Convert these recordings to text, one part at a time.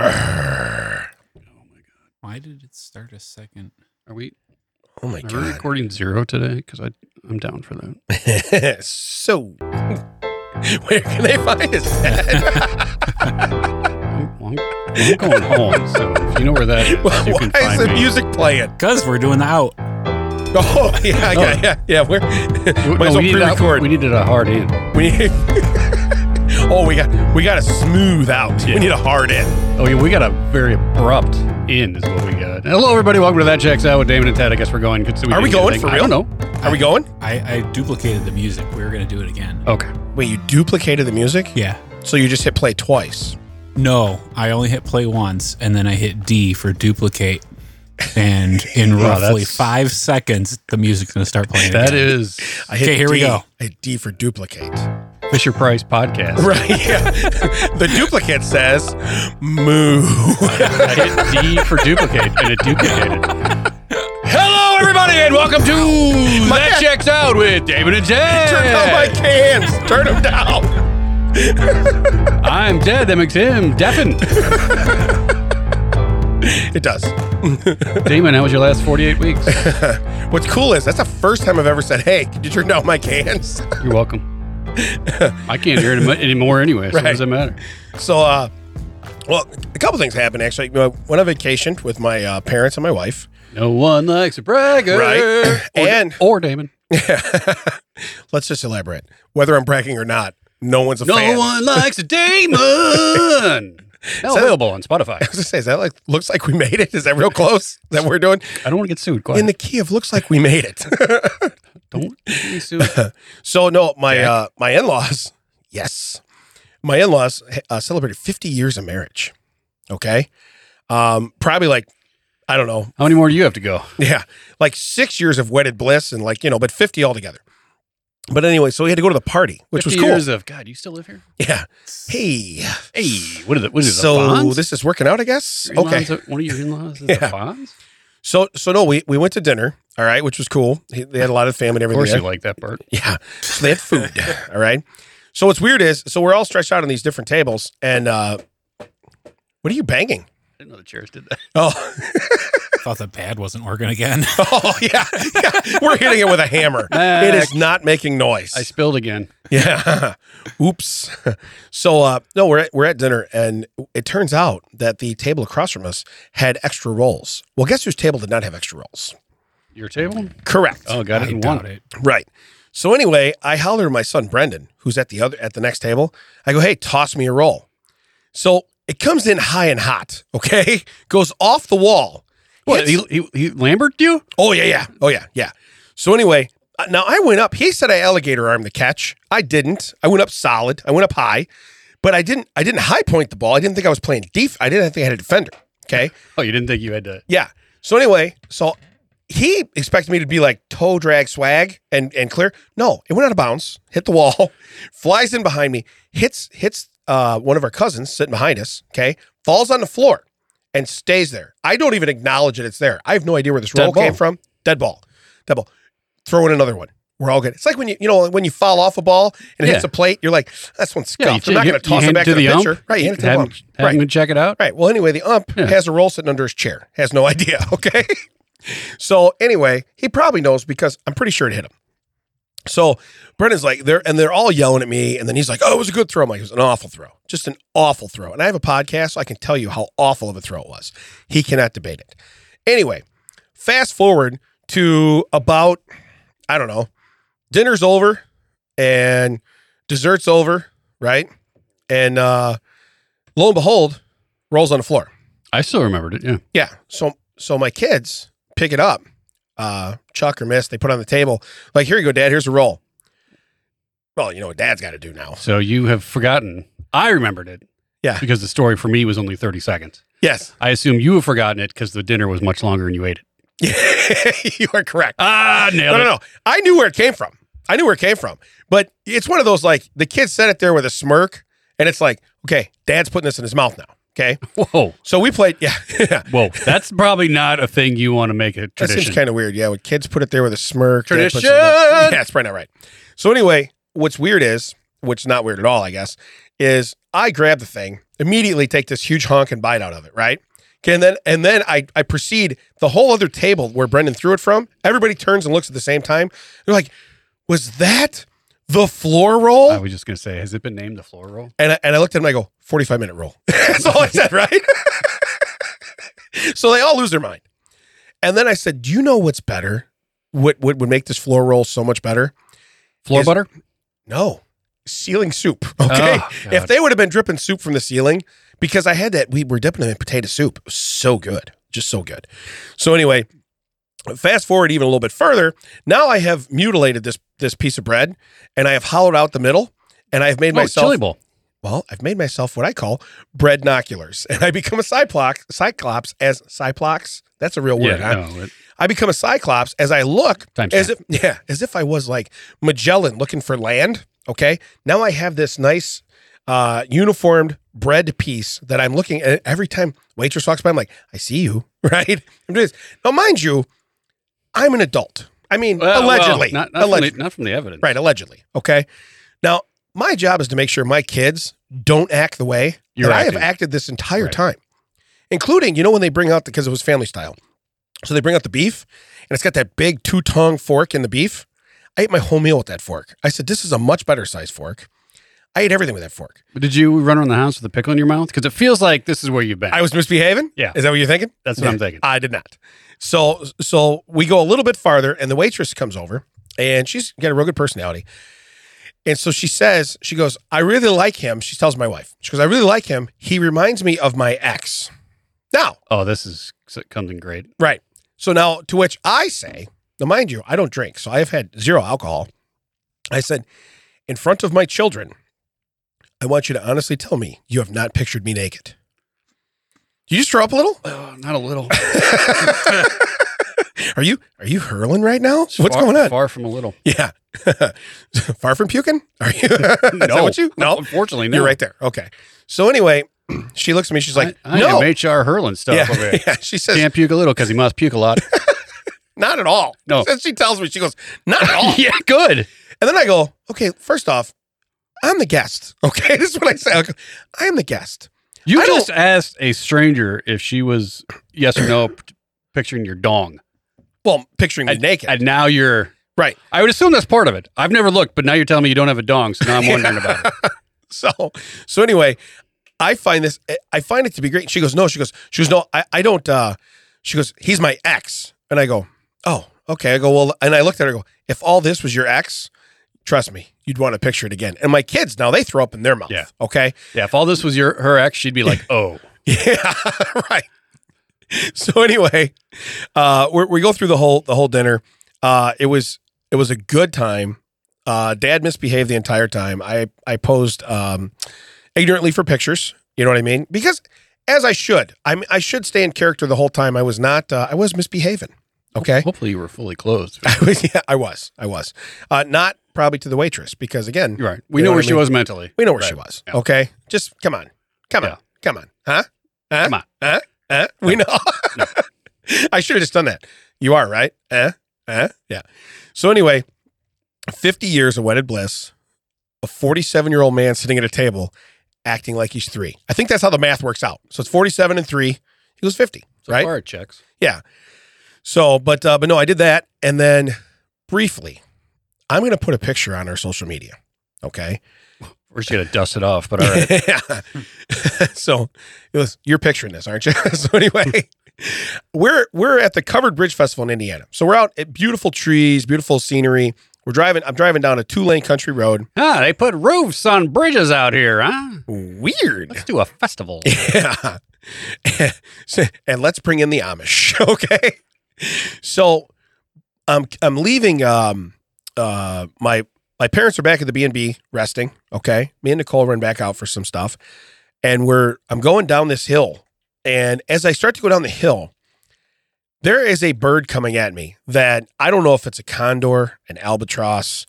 deeper. Oh my god. Why did it start a second? Are we Oh my are we god. recording zero today? Because I I'm down for that. so, where can they find us? At? I'm, well, I'm- I'm going home, so if you know where that is, Why you can is find the me. music playing? Cause we're doing the out. Oh yeah, yeah, yeah, yeah. We're No, might as well we, needed a, pre-record. we needed a hard in. We need, oh, we got we got a smooth out. We need a hard end. Oh yeah, we got a very abrupt in is what we got. Hello everybody, welcome to That Checks Out with Damon and Ted. I guess we're going. Good, so Are we didn't get a going thing. for I real? don't know. Are we going? I, I duplicated the music. We were gonna do it again. Okay. Wait, you duplicated the music, Yeah. so you just hit play twice. No, I only hit play once, and then I hit D for duplicate. And in Wow, roughly that's- five seconds, the music's gonna start playing. That again. is I hit Okay, here D. we go. I hit D for duplicate. Fisher Price podcast. Right. Yeah. the duplicate says moo. I hit D for duplicate and it duplicated. Hello everybody and welcome to That Checks Out with Damon and Ted. Turn down my cans. Turn them down. I'm dead. That makes him deafened. It does. Damon, how was your last 48 weeks? What's cool is that's the first time I've ever said, "Hey, could you turn down my cans?" You're welcome. I can't hear it anymore anyway, so Right. what does it matter? So, uh, well, a couple things happened actually. You know, I went on vacation with my uh, parents and my wife. No one likes a bragger. Right. Or- And- or Damon. Let's just elaborate. Whether I'm bragging or not, no one's a No fan. one likes a Damon. Now So- available on Spotify. I was gonna say, is that like looks like we made it? Is that real close that we're doing? I don't want to get sued. Quiet. In the key of looks like we made it. don't get me sued. So no, my Yeah. uh, my in laws, yes, my in laws uh, celebrated 50 years of marriage. Okay, um, probably like I don't know, How many more do you have to go? yeah, like six years of wedded bliss and like you know, but 50 altogether. But anyway, so we had to go to the party, which was 50 cool. Years of God, you still live here? Yeah. Hey. Hey, what is it? What is it? so the Fonz? this is working out, I guess. Your Okay. in-laws are- one of your in-laws is the Yeah. Fonz. So so no, we we went to dinner. All right, which was cool. He- They had a lot of family and Of everything. course, there. you like that part. Yeah. So they had food. all right. So what's weird is, so we're all stretched out on these different tables, and uh, what are you banging? I didn't know the chairs did that. Oh, thought the pad wasn't working again. oh yeah, yeah. We're hitting it with a hammer. It is not making noise. I spilled again. Yeah. Oops. So uh, no, we're at, we're at dinner, and it turns out that the table across from us had extra rolls. Well, guess whose table did not have extra rolls? Your table? Correct. Oh, God, I I didn't doubt want it. it. Right. So anyway, I holler to my son Brendan, who's at the other at the next table. I go, "Hey, toss me a roll." So it comes in high and hot. Okay, goes off the wall. What? Hits- He, he, he Lambert you? oh yeah, yeah, oh yeah, yeah. So anyway, uh, now I went up. He said I alligator arm the catch. I didn't. I went up solid. I went up high, but I didn't. I didn't high point the ball. I didn't think I was playing def. I didn't think I had a defender. Okay. Oh, you didn't think you had to. Yeah. So anyway, so he expected me to be like toe drag swag and and clear. No, it went out of bounds, hit the wall, flies in behind me, hits hits uh, one of our cousins sitting behind us. Okay, falls on the floor and stays there. I don't even acknowledge that it's there. I have no idea where this Dead roll came ball. from. Dead ball, dead ball. Throw in another one. We're all good. It's like when you you know when you fall off a ball and it hits Yeah. a plate. You're like, that's one Yeah, scuffed. I'm not going to toss it hand back to, the, ump. pitcher. Right, you hand it to the Have him- ump. have Right. him check it out. Right. Well, anyway, the ump Yeah. has a roll sitting under his chair. Has no idea. Okay. so anyway, he probably knows because I'm pretty sure it hit him. So Brendan's like, they're and they're all yelling at me, and then he's like, "Oh, it was a good throw." I'm like, "It was an awful throw, just an awful throw." And I have a podcast, so I can tell you how awful of a throw it was. He cannot debate it. Anyway, fast forward to about I don't know, dinner's over and dessert's over, right? And uh, lo and behold, rolls on the floor. I still remembered it. Yeah. Yeah. So so my kids pick it up, uh, chuck or miss. They put it on the table. Like, here you go, Dad. Here's a roll. Well, you know what Dad's got to do now. So you have forgotten. I remembered it. Yeah. Because the story for me was only 30 seconds. Yes, I assume you have forgotten it because the dinner was much longer and you ate it. you are correct. Ah, No, nailed no, no. I knew where it came from. I knew where it came from. But it's one of those like the kid said it there with a smirk, and it's like, okay, Dad's putting this in his mouth now. Okay, it. Whoa. so we played. Yeah, Whoa. That's probably not a thing you want to make a That tradition. seems kind of weird. Yeah, when kids put it there with a smirk. they put some- Tradition! Yeah, it's probably not right. So anyway, what's weird is, which is not weird at all, I guess, is I grab the thing, immediately take this huge honk and bite out of it, right? Okay, and then and then I, I proceed the whole other table where Brendan threw it from. Everybody turns and looks at the same time. They're like, "Was that the floor roll?" I was just gonna say, has it been named the floor roll? And I, and I looked at him and I go, 45 minute roll. That's all I said, right? so they all lose their mind. And then I said, Do you know what's better? What, what would make this floor roll so much better? Floor Is- butter? No, ceiling soup. Okay. Ah, Oh, if God. they would have been dripping soup from the ceiling, because I had that, we were dipping them in potato soup. It was so good. Just so good. So anyway, fast forward even a little bit further. Now I have mutilated this this piece of bread and I have hollowed out the middle and I have made Oh, myself chili bowl. well, I've made myself what I call bread noculars, and I become a cyclops, cyclops as cyclops. That's a real word. huh? no, it- I become a cyclops as I look Time as if yeah, as if I was like Magellan looking for land. Okay, now I have this nice uh, uniformed bread piece that I'm looking at every time waitress walks by. I'm like, I see you, right? I'm doing this now, mind you. I'm an adult. I mean, Well, well, allegedly, not, not, allegedly. From the, not from the evidence. Right, allegedly. Okay. Now, my job is to make sure my kids don't act the way You're that I acting. have acted this entire Right. time, including, you know, when they bring out the, because it was family style. So they bring out the beef and it's got that big two tongue fork in the beef. I ate my whole meal with that fork. I said, this is a much better sized fork. I ate everything with that fork. Did you run around the house with a pickle in your mouth? Because it feels like this is where you've been. I was misbehaving. Yeah. Is that what you're thinking? That's what I'm thinking. I did not. So so we go a little bit farther, and the waitress comes over, and she's got a real good personality. And so she says, she goes, I really like him. She tells my wife, she goes, I really like him. He reminds me of my ex. Now, oh, this is comes in great. right. So now to which I say, now mind you, I don't drink, so I have had zero alcohol. I said, in front of my children, I want you to honestly tell me you have not pictured me naked. You just throw up Uh, a little? Oh, not a little. Are you are you hurling right now? What's Far- going on? Far from a little. Yeah. Far from puking? Are you? Is that what you? No. Unfortunately, no. You're right there. Okay. So anyway, she looks at me. She's like, I, I no. am HR hurling stuff yeah. over here. yeah. She says, Can't puke a little because he must puke a lot. not at all. No. She, she tells me, she goes, not at all. yeah, good. And then I go, okay, first off, I'm the guest. Okay. This is what I say. I go, I am the guest. You I don't- just asked a stranger if she was yes or no p- picturing your dong, Well, picturing me naked. and now you're Right. I would assume that's part of it. I've never looked, but now you're telling me you don't have a dong, so now I'm wondering about it. So, so anyway, I find this, eh, I find it to be great. She goes, no, she goes, she goes, no, I, I don't, uh, she goes, he's my ex. And I go, oh, okay. I go, well, and I looked at her, I go, if all this was your ex, trust me, you'd want to picture it again. And my kids now, they throw up in their mouth. Yeah. Okay. Yeah, if all this was your her ex, she'd be like, oh, Yeah. right. So anyway, uh, we're, we go through the whole, the whole dinner. Uh, it was, it was a good time. Uh, dad misbehaved the entire time. I, I posed, um, ignorantly for pictures. You know what I mean? Because as I should, I am I should stay in character the whole time. I was not. Uh, I was misbehaving. Okay. hopefully you were fully clothed. I was. Yeah, I was. I was. Uh, not probably to the waitress because again, You're right. We You know know, what where I she mean? was mentally. we know where she Right. was. Yeah. Okay. Just come on. Come on. Yeah. Come on. Huh? Huh? Come on. Huh? Huh? We know. I should have just done that. You are right. Eh? Eh? Yeah. So anyway, 50 years of wedded bliss, a 47-year-old man sitting at a table acting like he's three. I think that's how the math works out. So it's 47 and three. He was 50, So right? far it checks. So, but uh, but no, I did that, and then briefly, I'm going to put a picture on our social media. Okay. We're just gonna dust it off, but all right. yeah. so it was, you're picturing this, aren't you? so anyway, we're we're at the Covered Bridge Festival in Indiana. So we're out at beautiful trees, beautiful scenery. We're driving. I'm driving down a two lane country road. ah, they put roofs on bridges out here, huh? Weird. Let's do a festival. Yeah. So- and let's bring in the Amish. Okay. So I'm I'm leaving um uh my my parents are back at the B&B resting, okay? Me and Nicole run back out for some stuff. And we're I'm going down this hill. And as I start to go down the hill, there is a bird coming at me that I don't know if it's a condor, an albatross,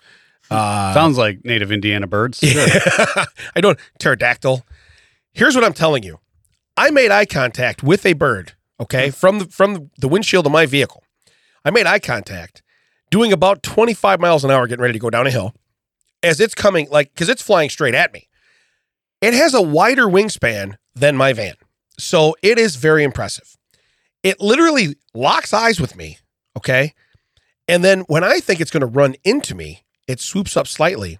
uh Sounds like native Indiana birds. Sure. yeah. I don't pterodactyl. Here's what I'm telling you. I made eye contact with a bird, okay, from the, from the windshield of my vehicle. I made eye contact, doing about 25 miles an hour, getting ready to go down a hill, as it's coming, like because it's flying straight at me. It has a wider wingspan than my van. So it is very impressive. It literally locks eyes with me. Okay. And then when I think it's going to run into me, it swoops up slightly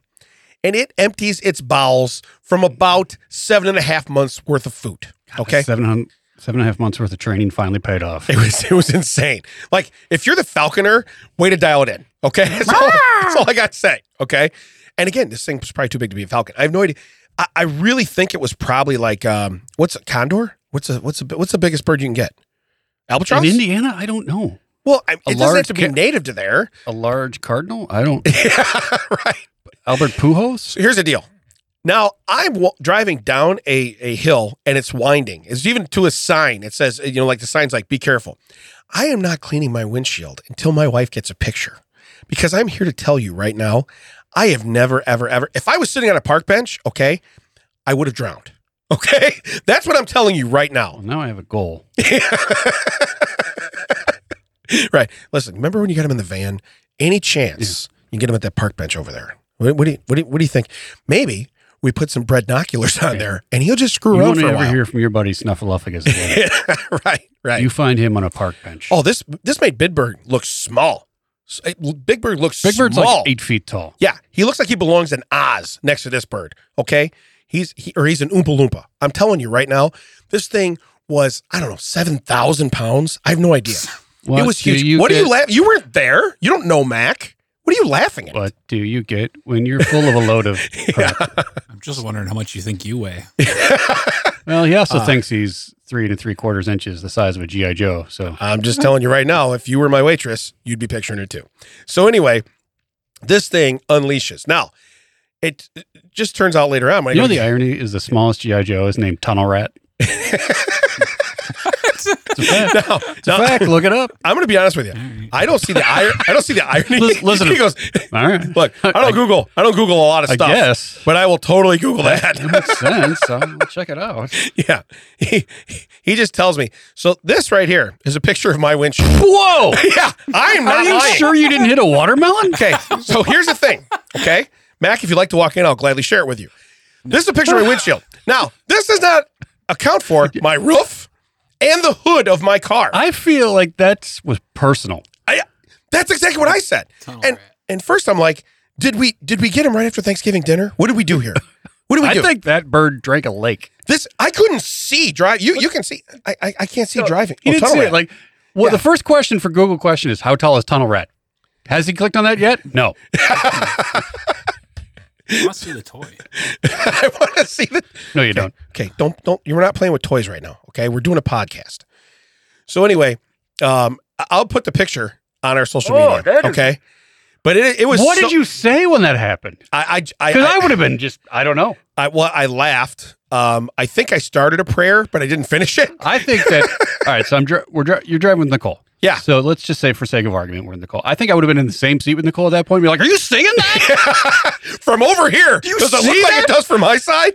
and it empties its bowels from about seven and a half months worth of food. Okay. Seven hundred, seven and a half months worth of training finally paid off. It was it was insane. Like if you're the Falconer, way to dial it in. Okay, that's all, that's all I got to say. Okay, and again, this thing was probably too big to be a Falcon. I have no idea. I, I really think it was probably like um, what's a condor? What's a what's a, what's the biggest bird you can get? Albatross. In Indiana, I don't know. well, I, it doesn't have large to be ca- native to there. A large cardinal? I don't. yeah, right. Albert Pujols? So here's the deal. Now I'm w- driving down a, a hill and it's winding. It's even to a sign. It says, you know, like the sign's like, be careful. I am not cleaning my windshield until my wife gets a picture because I'm here to tell you right now, I have never, ever, ever, if I was sitting on a park bench, okay, I would have drowned. Okay. That's what I'm telling you right now. Well, now I have a goal. right. Listen, remember when you got him in the van? Any chance you get him at that park bench over there? What, what do you, what, do you, what do you think? Maybe we put some bread binoculars on there and he'll just screw You around want for to a ever while. hear from your buddy Snuffleupagus again. right, right. You find him on a park bench. oh, this this made Big Bird look small. S- uh, Big Bird looks Big Bird's small. like eight feet tall. Yeah, he looks like he belongs in Oz next to this bird. Okay, he's he, or he's an oompa loompa. I'm telling you right now, this thing was I don't know seven thousand pounds. I have no idea. What it was do huge. you what are get- you laughing? You weren't there. You don't know Mac. What are you laughing at? What do you get when you're full of a load of crap? I'm just wondering how much you think you weigh. Well, he also Uh. thinks he's three and three quarters inches the size of a G.I. Joe. So I'm just telling you right now, if you were my waitress, you'd be picturing her too. So anyway, this thing unleashes. Now, it it just turns out later on. When you I know go the irony is the smallest G.I. Joe is named Tunnel Rat. it's a fact. now, It's a fact. Look it up. I'm going to be honest with you. I don't see the ir- I don't see the irony. Lis- listen to- he goes, All right. look, I don't Google. I don't Google a lot of I stuff. guess. but I will totally Google that. That makes sense. I'll check it out. yeah, he he just tells me. So this right here is a picture of my windshield. Whoa! yeah, I am Are not you lying. sure you didn't hit a watermelon? Okay, so here's the thing. Okay, Mac, if you'd like to walk in, I'll gladly share it with you. This is a picture of my windshield. Now, this does not account for my roof and the hood of my car. I feel like that was personal. I, that's exactly what I said. And and first, I'm like, did we did we get him right after Thanksgiving dinner? What did we do here? What did we I do? think that bird drank a lake. this I couldn't see drive. You you can see. I I, I can't see driving. He Oh, didn't tunnel see rat. it. Like, well, Yeah. the first question for Google question is how tall is Tunnel Rat? Has he clicked on that yet? No. I want to see the toy. I want to see the No, you don't. Okay, don't don't you're not playing with toys right now. Okay, we're doing a podcast. So anyway, um, I- I'll put the picture on our social Oh, media. that is- okay, but it it was. What so- did you say when that happened? I I I, Because I, I, would have been just, I don't know. I well I laughed. Um, I think I started a prayer, but I didn't finish it. I think that, all right, so I'm, dri- we're, dri- you're driving with Nicole. Yeah. So let's just say, for sake of argument, we're in Nicole. I think I would have been in the same seat with Nicole at that point. Be like, are you singing that? from over here. you does it see look like that? it does from my side?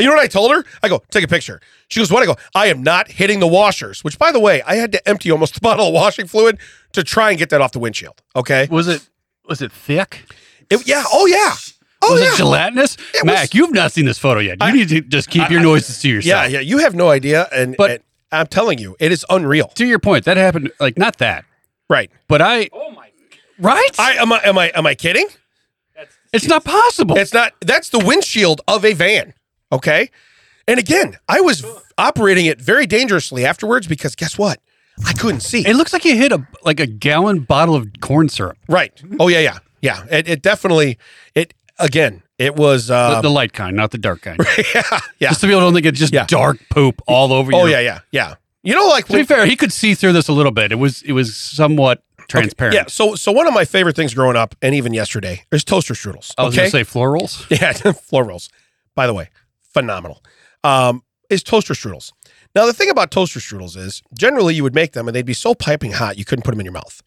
You know what I told her? I go, take a picture. She goes, what? I go, I am not hitting the washers, which by the way, I had to empty almost a bottle of washing fluid to try and get that off the windshield. Okay. was it, was it thick? It- yeah. Oh, yeah. Oh, was yeah. it gelatinous? It Mac, was- you've not seen this photo yet. You need to just keep your noises to yourself. yeah. Yeah. You have no idea. And, But- and I'm telling you, it is unreal. To your point, that happened. Like not that, Right. but I. Oh my. Right? I am I am I am I kidding? it's not possible. It's not that's the windshield of a van. Okay. And again, I was operating it very dangerously afterwards because guess what? I couldn't see. it looks like you hit a like a gallon bottle of corn syrup. Right. Oh yeah, yeah, yeah. It, it definitely. It again. It was. The, Uh, the light kind, not the dark kind. yeah, yeah. Just so people don't think it's just Yeah. dark poop all over Oh you. yeah, yeah, yeah. You know, like To be fair, he could see through this a little bit. It was it was somewhat transparent. yeah. So, so one of my favorite things growing up, and even yesterday, is toaster strudels. I was Okay. gonna say floor rolls. yeah, floor rolls. By the way, phenomenal. Um, is toaster strudels. Now the thing about toaster strudels is generally you would make them and they'd be so piping hot you couldn't put them in your mouth.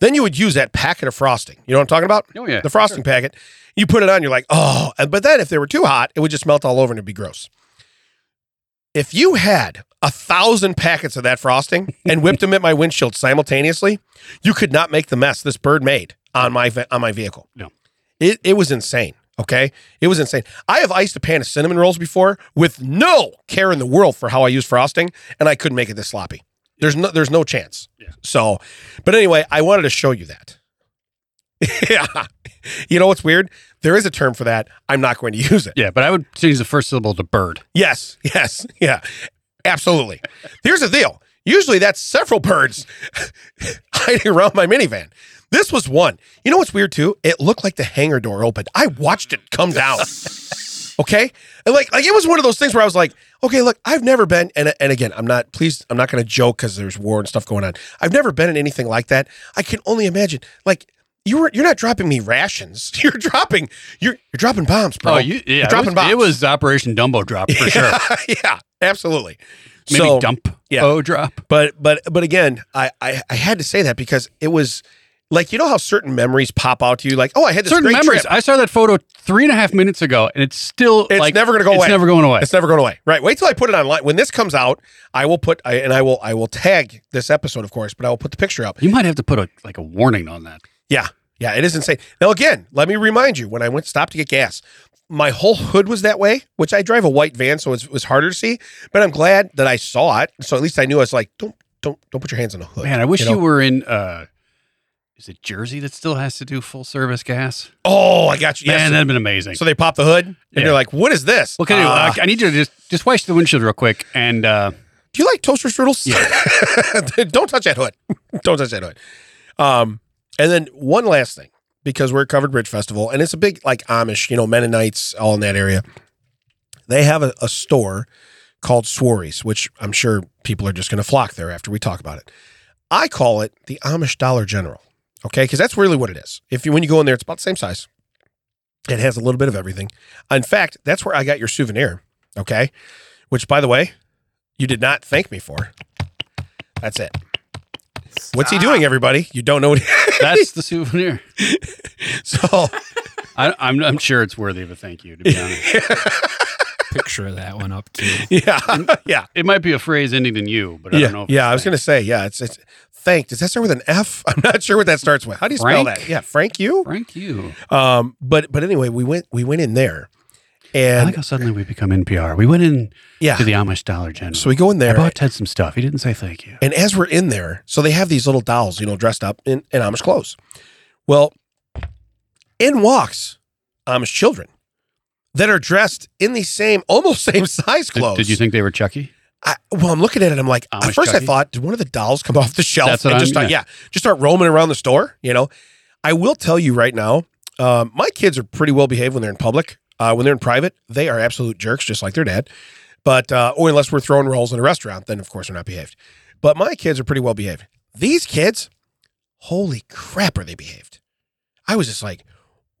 Then you would use that packet of frosting. You know what I'm talking about? Oh yeah. the frosting packet. You put it on, you're like, oh. And- But then if they were too hot, it would just melt all over and it'd be gross. If you had a thousand packets of that frosting and whipped them at my windshield simultaneously, you could not make the mess this bird made on my ve- on my vehicle. No. it it was insane. Okay. It was insane. I have iced a pan of cinnamon rolls before with no care in the world for how I use frosting, and I couldn't make it this sloppy. There's no there's no chance. Yeah. So, but anyway, I wanted to show you that. yeah. You know what's weird? There is a term for that. I'm not going to use it. Yeah, but I would change the first syllable to bird. Yes, yes, yeah, absolutely. Here's the deal. Usually that's several birds hiding around my minivan. This was one. You know what's weird too? It looked like the hangar door opened. I watched it come down. Okay, and like like it was one of those things where I was like, okay, look, I've never been, and and again, I'm not. Please, I'm not going to joke because there's war and stuff going on. I've never been in anything like that. I can only imagine. Like you were, you're not dropping me rations. You're dropping, you're you're dropping bombs, bro. Oh, you, yeah, dropping it, was, bombs. it was Operation Dumbo Drop for sure. yeah, absolutely. Maybe so, dump. yeah. Oh, drop. but but but again, I, I I had to say that because it was like you know how certain memories pop out to you, like oh, I had this Certain great memories. trip. I saw that photo three and a half minutes ago, and it's still It's like, never gonna go it's away. never going away. It's never going away, right? Wait till I put it online. When this comes out, I will put I, and I will I will tag this episode, of course, but I will put the picture up. You might have to put a like a warning on that. Yeah, yeah, it is insane. Now again, let me remind you: when I went stopped to get gas, my whole hood was that way, which I drive a white van, so it's, it was harder to see. But I'm glad that I saw it, so at least I knew I was like, don't don't don't put your hands on the hood. Man, I wish Oh, you, know? were in. uh Is it Jersey that still has to do full service gas? Oh, I got you. Man, Yes, that'd been amazing. So they pop the hood, and Yeah. you're like, "What is this?" okay, Uh, uh, I need you to just just wash the windshield real quick, and uh do you like toaster strudels? Don't touch that hood. Don't touch that hood. Um, and then one last thing, because we're at Covered Bridge Festival, and it's a big like Amish, you know, Mennonites, all in that area. They have a, a store called Swarries, which I'm sure people are just going to flock there after we talk about it. I call it the Amish Dollar General, okay? Because that's really what it is. If you when you go in there, it's about the same size. It has a little bit of everything. In fact, that's where I got your souvenir, okay? Which, by the way, you did not thank me for. That's it. What's he doing, everybody? You don't know what. that's the souvenir. so I, I'm I'm sure it's worthy of a thank you. To be honest, Picture that one up too. yeah, yeah, it might be a phrase ending in you, but I yeah. don't know. If yeah, it's I was thank. gonna say yeah. It's it's thank. Does that start with an F? I'm not sure what that starts with. How do you spell Frank? that? Yeah, Frank. You. Frank you. Um, but but anyway, we went we went in there, I and like how suddenly we become NPR. We went in yeah. to the Amish Dollar General. So we go in I there, bought Ted some stuff. He didn't say thank you. And as we're in there, so they have these little dolls, you know, dressed up in, in Amish clothes. Well, in walks Amish children that are dressed in the same, almost same size Did, clothes. did you think they were Chucky? I, well, I'm looking at it. I'm like, at Amish first I Chucky? thought, did one of the dolls come off the shelf That's and what just I'm- start, yeah. just start roaming around the store? You know, I will tell you right now, um, my kids are pretty well behaved when they're in public. Uh, when they're in private, they are absolute jerks, just like their dad. But uh, or unless we're throwing rolls in a restaurant, then of course they're not behaved. But my kids are pretty well behaved. These kids, holy crap, are they behaved? I was just like,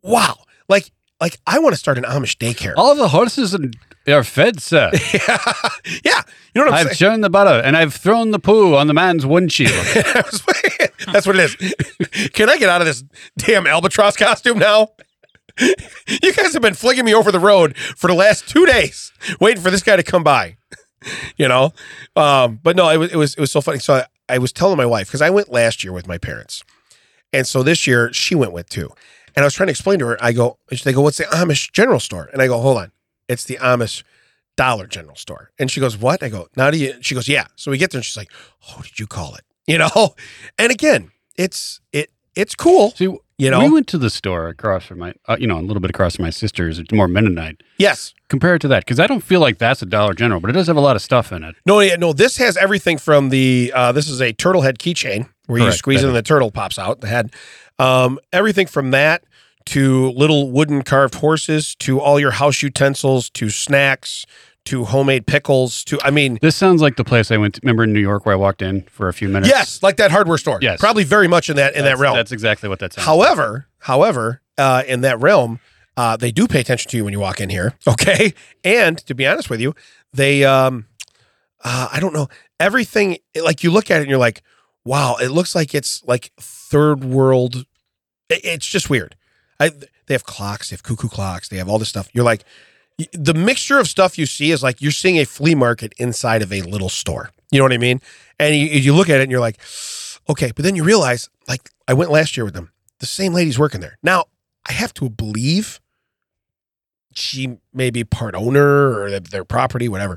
wow, like like I want to start an Amish daycare. All the horses and- are fed, sir. yeah, yeah, you know what I'm saying. I've shown the butter and I've thrown the poo on the man's windshield. I was- That's what it is. Can I get out of this damn albatross costume now? You guys have been flinging me over the road for the last two days, waiting for this guy to come by. You know, um, but no, it was it was it was so funny. So I, I was telling my wife because I went last year with my parents, and so this year she went with too. And I was trying to explain to her. I go, they go, what's the Amish General Store? And I go, hold on, it's the Amish Dollar General Store. And she goes, what? I go, now do you? She goes, yeah. So we get there, and she's like, oh, did you call it? You know, and again, it's it it's cool. See, You we know, went to the store across from my, uh, you know, a little bit across from my sister's. It's more Mennonite. yes, Compare it to that because I don't feel like that's a Dollar General, but it does have a lot of stuff in it. No, yeah, no. This has everything from the. Uh, this is a turtle head keychain where you Correct, squeeze it yeah. and the turtle pops out the head. Um, everything from that to little wooden carved horses to all your house utensils to snacks to homemade pickles to. I mean, This sounds like the place I went. to, Remember in New York where I walked in for a few minutes? yes, like that hardware store. Yes. probably very much in that in that That's- realm. That's exactly what that sounds. like. However, however, uh, in that realm, uh, they do pay attention to you when you walk in here. Okay, and to be honest with you, they, um, uh, I don't know, everything. Like you look at it and you're like, wow, it looks like it's like third world. it- it's just weird. I, they have clocks, they have cuckoo clocks, they have all this stuff. You're like, y- the mixture of stuff you see is like you're seeing a flea market inside of a little store. You know what I mean? And you, you look at it and you're like, okay, but then you realize, like, I went last year with them the same lady's working there. Now, I have to believe she may be part owner or their- their property, whatever.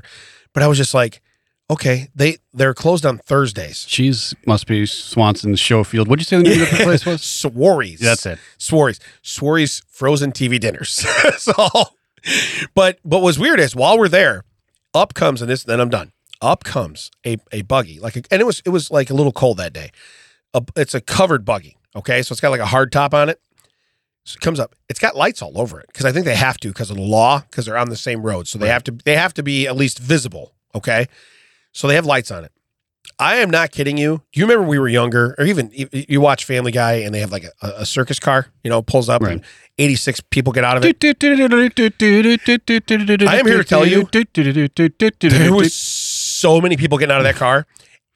But I was just like, okay, they they're closed on Thursdays. She's must be Swanson's Showfield. What'd you say the name of the place was? Swarries. Yeah, That's it. Swarries. Swarries frozen TV dinners. so, but but what's weird is while we're there, up comes and this. Then I'm done. Up comes a a buggy like a, and it was it was like a little cold that day. A, it's a covered buggy. Okay, so it's got like a hard top on it. So it comes up. It's got lights all over it because I think they have to because of the law because they're on the same road, so they have to they have to be at least visible. Okay, so they have lights on it. I am not kidding you. Do you remember when we were younger, or even you- you watch Family Guy and they have like a, a circus car, you know, pulls up and 86 people get out of it? I am here to tell you, There There was so many people getting out of that car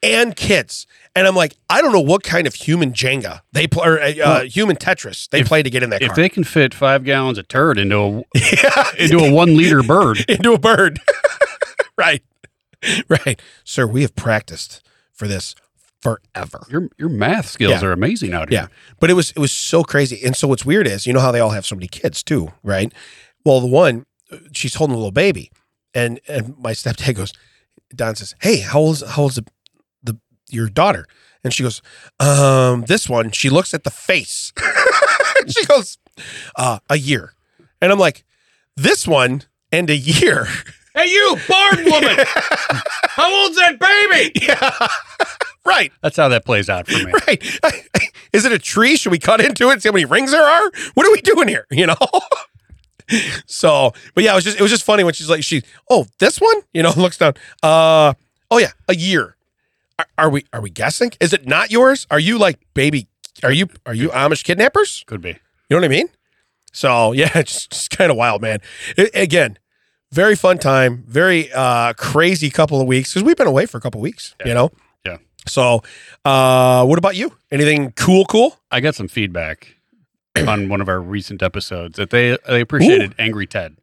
and kids. And I'm like, I don't know what kind of human Jenga they play, or uh, uh, human Tetris they play to get in that if car. they can fit five gallons of turd into a yeah, into a one liter bird, into a bird. right. Right. Sir, we have practiced for this forever. your your math skills Yeah. are amazing out Yeah. here. But it was it was so crazy. And so what's weird is, you know how they all have so many kids too, right? Well, the one she's holding a little baby, and and my stepdad goes, Don says, "Hey, how old's how old's the, the your daughter?" And she goes, "Um, this one." She looks at the face. she goes, uh, "A year," and I'm like, "This one and a year." Hey, you barn woman! How old's that baby? yeah, right. That's how that plays out for me. Right. Is it a tree? Should we cut into it? See how many rings there are? What are we doing here? You know? so, but yeah, it was just it was just funny when she's like, she, oh, this one? You know, looks down. Uh oh yeah, a year. Are, are we are we guessing? Is it not yours? Are you like baby are you are you Amish kidnappers? Could be. You know what I mean? So yeah, it's just kind of wild, man. I- again, very fun time, very uh, crazy couple of weeks because we've been away for a couple of weeks. You know. Yeah. So, uh, what about you? Anything cool? Cool? I got some feedback on one of our recent episodes that they they appreciated Angry Ted. 'Cause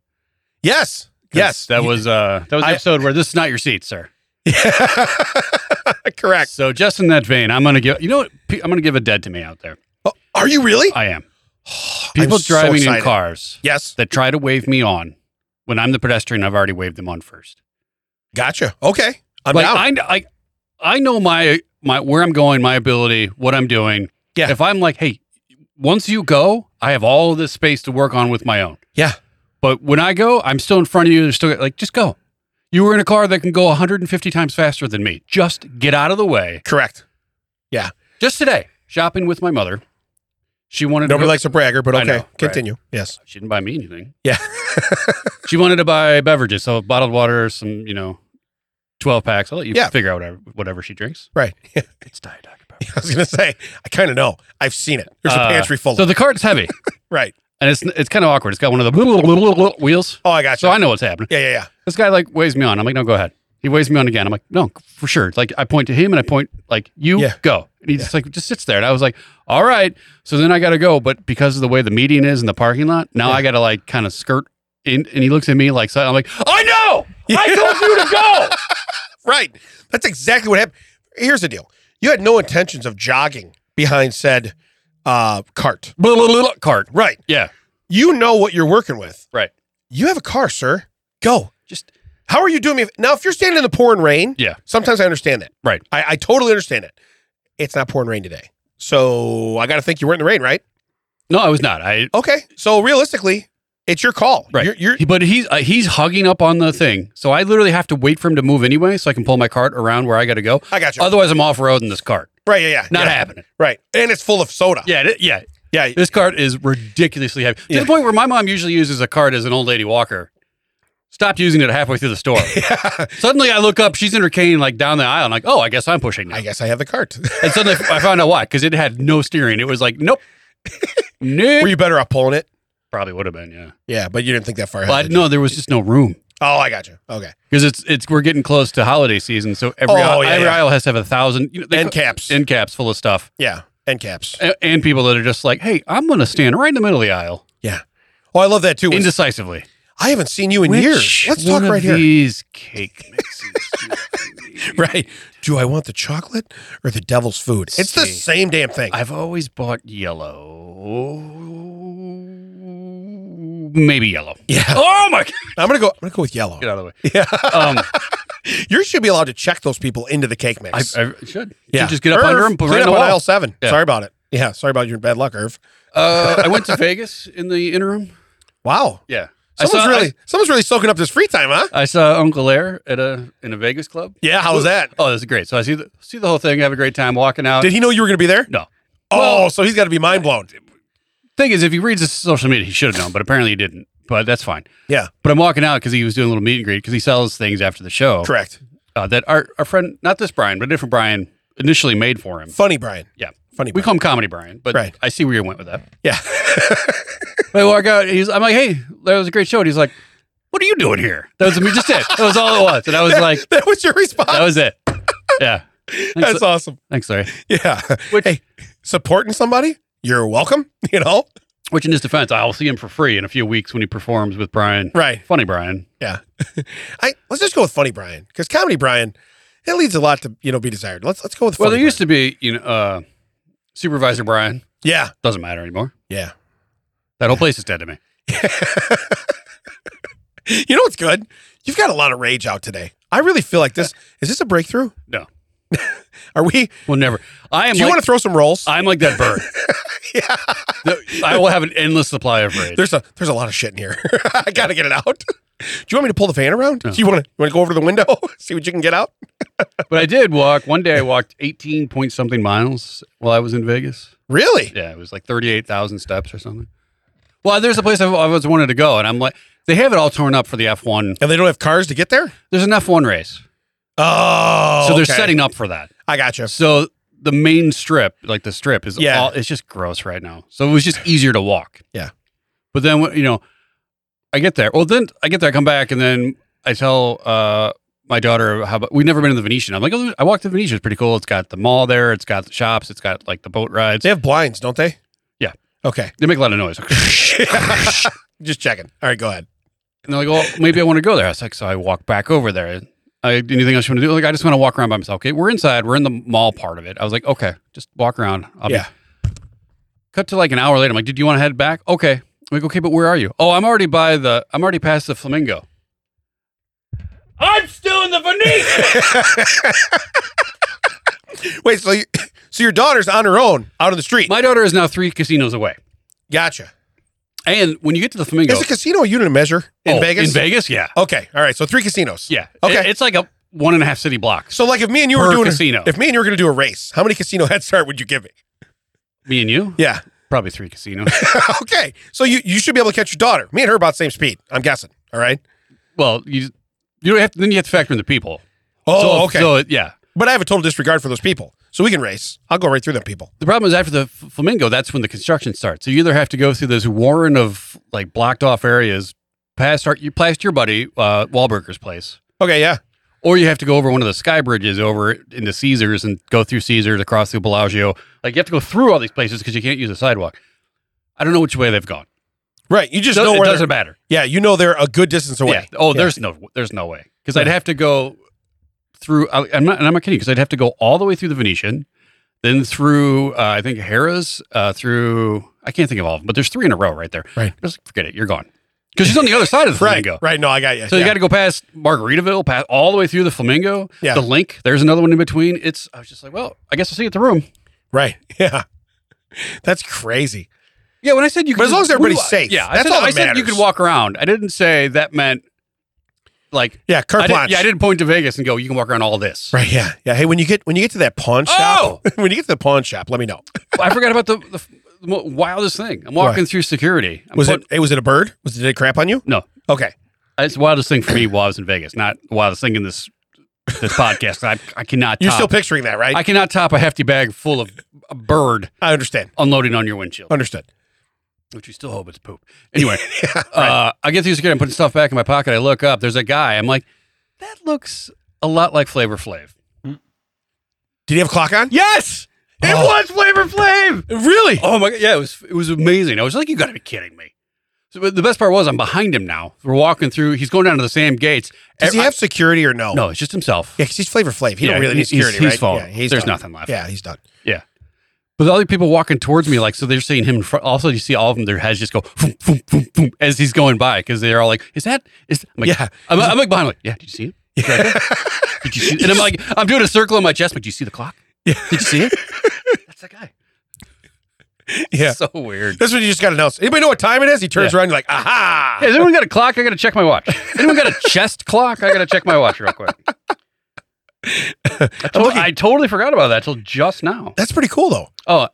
Yes. Yes. that was uh that was the I- episode where this is not your seat, sir. correct. So just in that vein, I'm gonna give you know what P- I'm gonna give a dead to me out there. Oh, are you really? I am I'm people so driving in excited. cars Yes. that try to wave me on when I'm the pedestrian. I've already waved them on first. Gotcha. Okay. I'm like down. I, kn- I I know my my where I'm going, my ability, what I'm doing. Yeah. If I'm like, hey, once you go, I have all this space to work on with my own. yeah. But when I go, I'm still in front of you. They're still like, just go. You were in a car that can go 150 times faster than me. Just get out of the way. Correct. Just today, shopping with my mother. She wanted to Nobody go- likes a bragger, but I okay. know, right. Continue. Yes. she didn't buy me anything. Yeah. She wanted to buy beverages, so bottled water, some you know, 12 packs. I'll let you Yeah. figure out whatever, whatever she drinks. right. I It's diet Dr Pepper. was gonna say. I kind of know. I've seen it. There's a Uh, pantry full. So of the cart's heavy, Right. and it's it's kind of awkward. It's got one of the wheels, Oh, I got you. so I know what's happening. yeah. Yeah. Yeah. This guy like waves me on. I'm like, no, go ahead. He waves me on again. I'm like, no, for sure. Like I point to him and I point like you Yeah. go, and he just like just sits there. And I was like, all right. So then I got to go, but because of the way the median is in the parking lot, now I got to like kind of skirt in. And he looks at me like, so I'm like, I know. I told you to go. Right. That's exactly what happened. Here's the deal. You had no intentions of jogging behind said uh, cart. Blah, blah, blah, blah, Card. Right. Yeah. You know what you're working with. Right. You have a car, sir. Go. Just How are you doing me? a- Now, if you're standing in the pouring rain, Yeah. sometimes I understand that. Right. I, I totally understand it. It's not pouring rain today. So I got to think you were in the rain, right? no, I was not. I. Okay. So realistically, it's your call. Right. You're, you're, But he's uh, he's hugging up on the thing, so I literally have to wait for him to move anyway, so I can pull my cart around where I got to go. I got you. Otherwise, I'm off road in this cart. right. Yeah. Yeah. Not yeah. happening. Right. And it's full of soda. Yeah, it- yeah. Yeah. This cart is ridiculously heavy to Yeah. the point where my mom usually uses a cart as an old lady walker. Stopped using it halfway through the store. Suddenly, I look up. She's in her cane, like down the aisle. I'm like, oh, I guess I'm pushing now. I guess I have the cart. And suddenly, I found out why because it had no steering. It was like, nope, nope. were you better off pulling it? Probably would have been, yeah. Yeah. But you didn't think that far ahead. But did you? no, there was just no room Oh, I got you. Okay. because it's it's we're getting close to holiday season, so every Oh, aisle, yeah, every yeah. aisle has to have a thousand you know, they End ca- caps. end caps full of stuff, yeah. End caps. A- and people that are just like, hey, I'm gonna stand right in the middle of the aisle Yeah. Oh, I love that too. indecisively. I haven't seen you in Which years. Let's talk one of right here. These cake mixes. do I need? Right. Do I want the chocolate or the devil's food? It's the See. same damn thing. I've always bought yellow. maybe yellow. Yeah. Oh my god! I'm gonna go. I'm gonna go with yellow. Get out of the way. Yeah, Um, you should be allowed to check those people into the cake I, mix. I should. yeah, You just get up Irv, under them, put clean right in up on the wall. aisle seven. Yeah. Sorry about it. Yeah, sorry about your bad luck, Irv. Uh, I went to Vegas in the interim. Wow, Yeah. I someone's saw, really someone's really soaking up this free time, huh? I, I saw Uncle Lair at a in a Vegas club. Yeah, how was that? Oh, this is great. So I see the see the whole thing. Have a great time walking out. Did he know you were gonna be there? no. Oh, so he's got to be mind blown. Thing is, if he reads this social media, he should have known, but apparently he didn't. But that's fine. Yeah, But I'm walking out because he was doing a little meet and greet because he sells things after the show correct. uh, that our our friend, not this Brian, but a different Brian, initially made for him. Funny, Brian. Yeah. Funny. We Brian. call him Comedy Brian, but Right. I see where you went with that. yeah. I walk out. He's, I'm like, hey, that was a great show. And he's like, what are you doing here? That was we just it. That was all it was. And I was like, that was your response. that was it. Yeah. Thanks, That's awesome. thanks, Larry. Yeah. Which- hey, supporting somebody, you're welcome. You know, Which, in his defense, I'll see him for free in a few weeks when he performs with Brian. right? Funny Brian. Yeah. I let's just go with funny Brian because comedy Brian, it leads a lot to you know be desired. Let's let's go with Well, funny there used to be, you know, uh, Supervisor Brian. Brian. Doesn't matter anymore. yeah That whole place is dead to me. yeah. You know what's good? You've got a lot of rage out today. I really feel like this is this a breakthrough? No. Are we? We'll never. I am. Do you like, want to throw some rolls? I'm like that bird. yeah. The- I will have an endless supply of rage. There's a there's a lot of shit in here. I gotta get it out. Do you want me to pull the fan around? Do you want to you want to go over to the window see what you can get out? But I did walk. One day I walked 18 point something miles while I was in Vegas. Really? Yeah, it was like 38,000 steps or something. Well, there's a place I've always wanted to go, and I'm like, they have it all torn up for the F1. And they don't have cars to get there? There's an F1 race. Oh, So they're okay. setting up for that. I got you. So the main strip, like the strip, is Yeah. all, it's just gross right now. So it was just easier to walk. Yeah. But then, you know, I get there. Well, then I get there, I come back, and then I tell uh, my daughter, how about, we've never been to the Venetian. I'm like, oh, I walked to the Venetian. It's pretty cool. It's got the mall there, it's got the shops, it's got like the boat rides. They have blinds, don't they? Yeah. Okay. They make a lot of noise. Just checking. All right, go ahead. And they're like, well, maybe I want to go there. I was like, so I walk back over there. I, anything else you want to do? Like, I just want to walk around by myself. Okay, we're inside. We're in the mall part of it. I was like, okay, just walk around. I'll be- yeah. Cut to like an hour later. I'm like, did you want to head back? Okay. I'm like, okay, but where are you? Oh, I'm already by the. I'm already past the flamingo. I'm still in the Venetian. Wait, so you, so your daughter's on her own out on the street. My daughter is now three casinos away. gotcha. And when you get to the flamingo Is a casino a unit of measure in Oh, Vegas? in Vegas, yeah, Okay. All right. So three casinos. yeah. Okay. It- it's like a one and a half city blocks. So like if me and you were Per doing casino. if me and you were going to do a race, how many casino head start would you give me? Me and you, Yeah. probably three casinos. okay. So you you should be able to catch your daughter. Me and her about the same speed. I'm guessing. All right. well, you you don't have to, then you have to factor in the people. Oh, so, okay. So yeah, but I have a total disregard for those people, so we can race. I'll go right through them people. the problem is after the F- flamingo, that's when the construction starts. So you either have to go through this warren of like blocked off areas, past our, you past your buddy uh, Wahlberger's place, Okay. Yeah. or you have to go over one of the sky bridges over into Caesars and go through Caesars across through Bellagio. Like you have to go through all these places because you can't use a sidewalk. I don't know which way they've gone. Right. You just Does- know it where. doesn't they're- matter. Yeah. You know they're a good distance away. Yeah. Oh, there's no there's no way because I'd have to go through. I, I'm not and I'm not kidding because I'd have to go all the way through the Venetian, then through uh, I think Harrah's, uh, through I can't think of all of them, but there's three in a row right there. Right. Just forget it. You're gone because she's on the other side of the Right. flamingo. Right. No, I got you. So yeah. you got to go past Margaritaville, past all the way through the Flamingo, Yeah. the Link. There's another one in between. It's I was just like, well, I guess I'll see you at the room. Right. Yeah. That's crazy. Yeah, when I said you, But could as long as just- everybody's we- safe, Yeah, I that's said, all that I said matters. you could walk around. I didn't say that meant like Yeah. I Carte didn't- blanche. yeah, I didn't point to Vegas and go, you can walk around all this. Right. Yeah. Yeah. Hey, when you get when you get to that pawn Oh! shop, when you get to the pawn shop, let me know. I forgot about the, the, the mo- wildest thing. I'm walking through security. I'm Was put- it? Hey, was it a bird? Was it did it crap on you? No. Okay. It's the wildest thing for me while I was in Vegas, not the wildest thing in this this podcast. I, I cannot top. You're still picturing that, right? Uh, I cannot top a hefty bag full of a bird I, understand. unloading on your windshield, Understood. which you still hope it's poop. Anyway, uh, I get through security. I'm putting stuff back in my pocket. I look up. There's a guy. I'm like, that looks a lot like Flavor Flav. Did he have a clock on? Yes, it Oh. was Flavor Flav. Really? Oh my god, yeah, it was it was amazing. I was like, you got to be kidding me. So but the best part was I'm behind him now. We're walking through. He's going down to the same gates. Does he I- have security or no? no, it's just himself. Yeah, because he's Flavor Flav. He Yeah, don't really need he's- he's- security, he's right? fallen. Yeah, There's done. nothing left. Yeah, he's done. But the other people walking towards me, like, so they're seeing him in front. Also, you see all of them, their heads just go boom, boom, boom, boom, as he's going by because they're all like, is that, is, I'm like, Yeah. I'm, I'm like behind, like, yeah, did you see him? He's right there. Did you see? And I'm like, I'm doing a circle in my chest, but do you see the clock? Yeah. Did you see it? That's that guy. Yeah. So weird. This one you just got announced. Anybody know what time it is? He turns Yeah. around, you're like, aha. Hey, has anyone got a clock? I got to check my watch. Anyone got a chest clock? I got to check my watch real quick. I, tot- looking- I totally forgot about that till just now. That's pretty cool though. Oh,